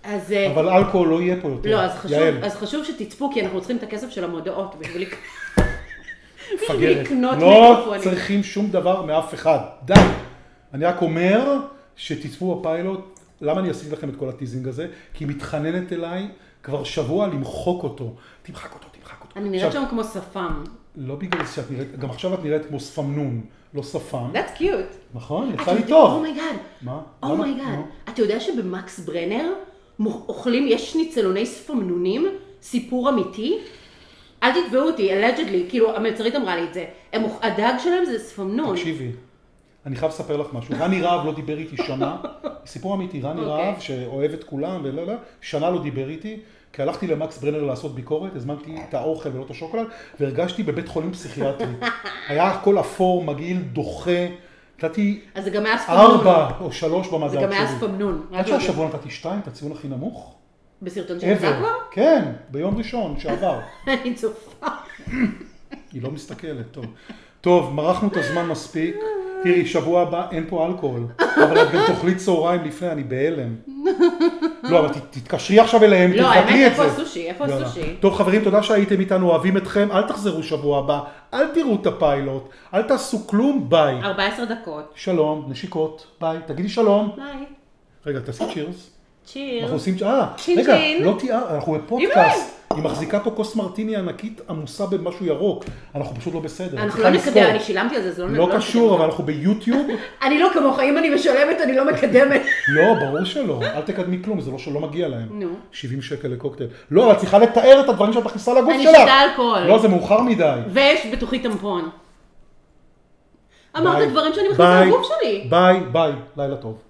[SPEAKER 1] אז... אה,
[SPEAKER 2] אבל אלכוהול לא יהיה פה יותר.
[SPEAKER 1] לא, אז חשוב,
[SPEAKER 2] יעל,
[SPEAKER 1] אז חשוב שתצפו, כי אנחנו צריכים את הכסף של המודעות בשביל לק- בשביל
[SPEAKER 2] פגרת.
[SPEAKER 1] לקנות
[SPEAKER 2] לא
[SPEAKER 1] מיקרופונים.
[SPEAKER 2] צריכים שום דבר מאף אחד, די. אני רק אומר שתצפו בפיילוט, למה אני אשיג לכם את כל הטיזינג הזה? כי היא מתחננת אליי כבר שבוע למחוק אותו. תמחק אותו, תמחק אותו.
[SPEAKER 1] אני נראית
[SPEAKER 2] עכשיו,
[SPEAKER 1] שם כמו שפם.
[SPEAKER 2] לא בגלל שאת נראית, גם עכשיו את נראית כמו שפמנון, לא שפם.
[SPEAKER 1] That's cute. Oh
[SPEAKER 2] נכון, יצא לי טוב.
[SPEAKER 1] אומייגאד.
[SPEAKER 2] מה?
[SPEAKER 1] Oh
[SPEAKER 2] למה?
[SPEAKER 1] אומייגאד.
[SPEAKER 2] נו.
[SPEAKER 1] אתה יודע שבמקס ברנר מוכ- אוכלים, יש ניצלוני ספמנונים, סיפור אמיתי? אל תתבעו אותי, אלג'דלי, כאילו המלצרית אמרה לי את זה. הם אוכ- הדג שלהם זה ספמנון.
[SPEAKER 2] תקשיבי, אני חייב לספר לך משהו. רני רהב לא דיבר איתי שנה, סיפור אמיתי, רני
[SPEAKER 1] אוקיי.
[SPEAKER 2] רהב, שאוהב את כולם ולא, לא, שנה לא דיבר איתי, כי הלכתי למקס ברנר לעשות ביקורת, הזמנתי את האוכל ולא את השוקולד, והרגשתי בבית חולים פסיכיאטרי. היה הכל אפור, מגעיל, דוחה. נתתי
[SPEAKER 1] אז זה גם היה ספמנון.
[SPEAKER 2] ארבע או שלוש במזל
[SPEAKER 1] זה
[SPEAKER 2] שלי.
[SPEAKER 1] גם היה ספמנון.
[SPEAKER 2] עד שהשבוע נתתי שתיים, את הציון הכי נמוך?
[SPEAKER 1] בסרטון שיצא
[SPEAKER 2] ever.
[SPEAKER 1] כבר?
[SPEAKER 2] כן, ביום ראשון שעבר.
[SPEAKER 1] אני צופה.
[SPEAKER 2] היא לא מסתכלת, טוב. טוב, מרחנו את הזמן מספיק. תראי, שבוע הבא אין פה אלכוהול, אבל את גם תאכלי צהריים לפני, אני בהלם. לא, אבל ת- תתקשרי עכשיו אליהם,
[SPEAKER 1] לא,
[SPEAKER 2] תבטלי את זה.
[SPEAKER 1] האמת,
[SPEAKER 2] לא,
[SPEAKER 1] איפה הסושי? איפה
[SPEAKER 2] יאללה.
[SPEAKER 1] הסושי?
[SPEAKER 2] טוב, חברים, תודה שהייתם איתנו, אוהבים אתכם. אל תחזרו שבוע הבא, אל תראו את הפיילוט, אל תעשו כלום, ביי.
[SPEAKER 1] 14 דקות.
[SPEAKER 2] שלום, נשיקות, ביי. תגידי שלום.
[SPEAKER 1] ביי.
[SPEAKER 2] רגע, תעשי צ'ירס.
[SPEAKER 1] צ'יר.
[SPEAKER 2] אנחנו עושים... אה,
[SPEAKER 1] צ'ין
[SPEAKER 2] רגע,
[SPEAKER 1] צ'ין.
[SPEAKER 2] לא תיאר, אנחנו בפודקאסט. היא מחזיקה פה כוס מרטיני ענקית עמוסה במשהו ירוק. אנחנו פשוט לא בסדר.
[SPEAKER 1] אנחנו לא
[SPEAKER 2] צריכה לזכור.
[SPEAKER 1] נקדם, אני שילמתי על זה, זה לא
[SPEAKER 2] לא
[SPEAKER 1] נקדם.
[SPEAKER 2] קשור, אבל אנחנו ביוטיוב.
[SPEAKER 1] אני לא כמוך, אם אני משלמת, אני לא מקדמת.
[SPEAKER 2] לא, ברור שלא. אל תקדמי כלום, זה לא שלא מגיע להם.
[SPEAKER 1] נו.
[SPEAKER 2] 70 שקל לקוקטייל. לא, אבל צריכה לתאר את הדברים שאת מכניסה לגוף
[SPEAKER 1] אני
[SPEAKER 2] שלך.
[SPEAKER 1] שותה אלכוהול.
[SPEAKER 2] לא, זה מאוחר מדי.
[SPEAKER 1] ויש בתוכי טמפון.
[SPEAKER 2] ביי.
[SPEAKER 1] אמרת דברים שאני
[SPEAKER 2] ביי.
[SPEAKER 1] מכניסה לגוף שלי.
[SPEAKER 2] ביי, ביי, לילה טוב.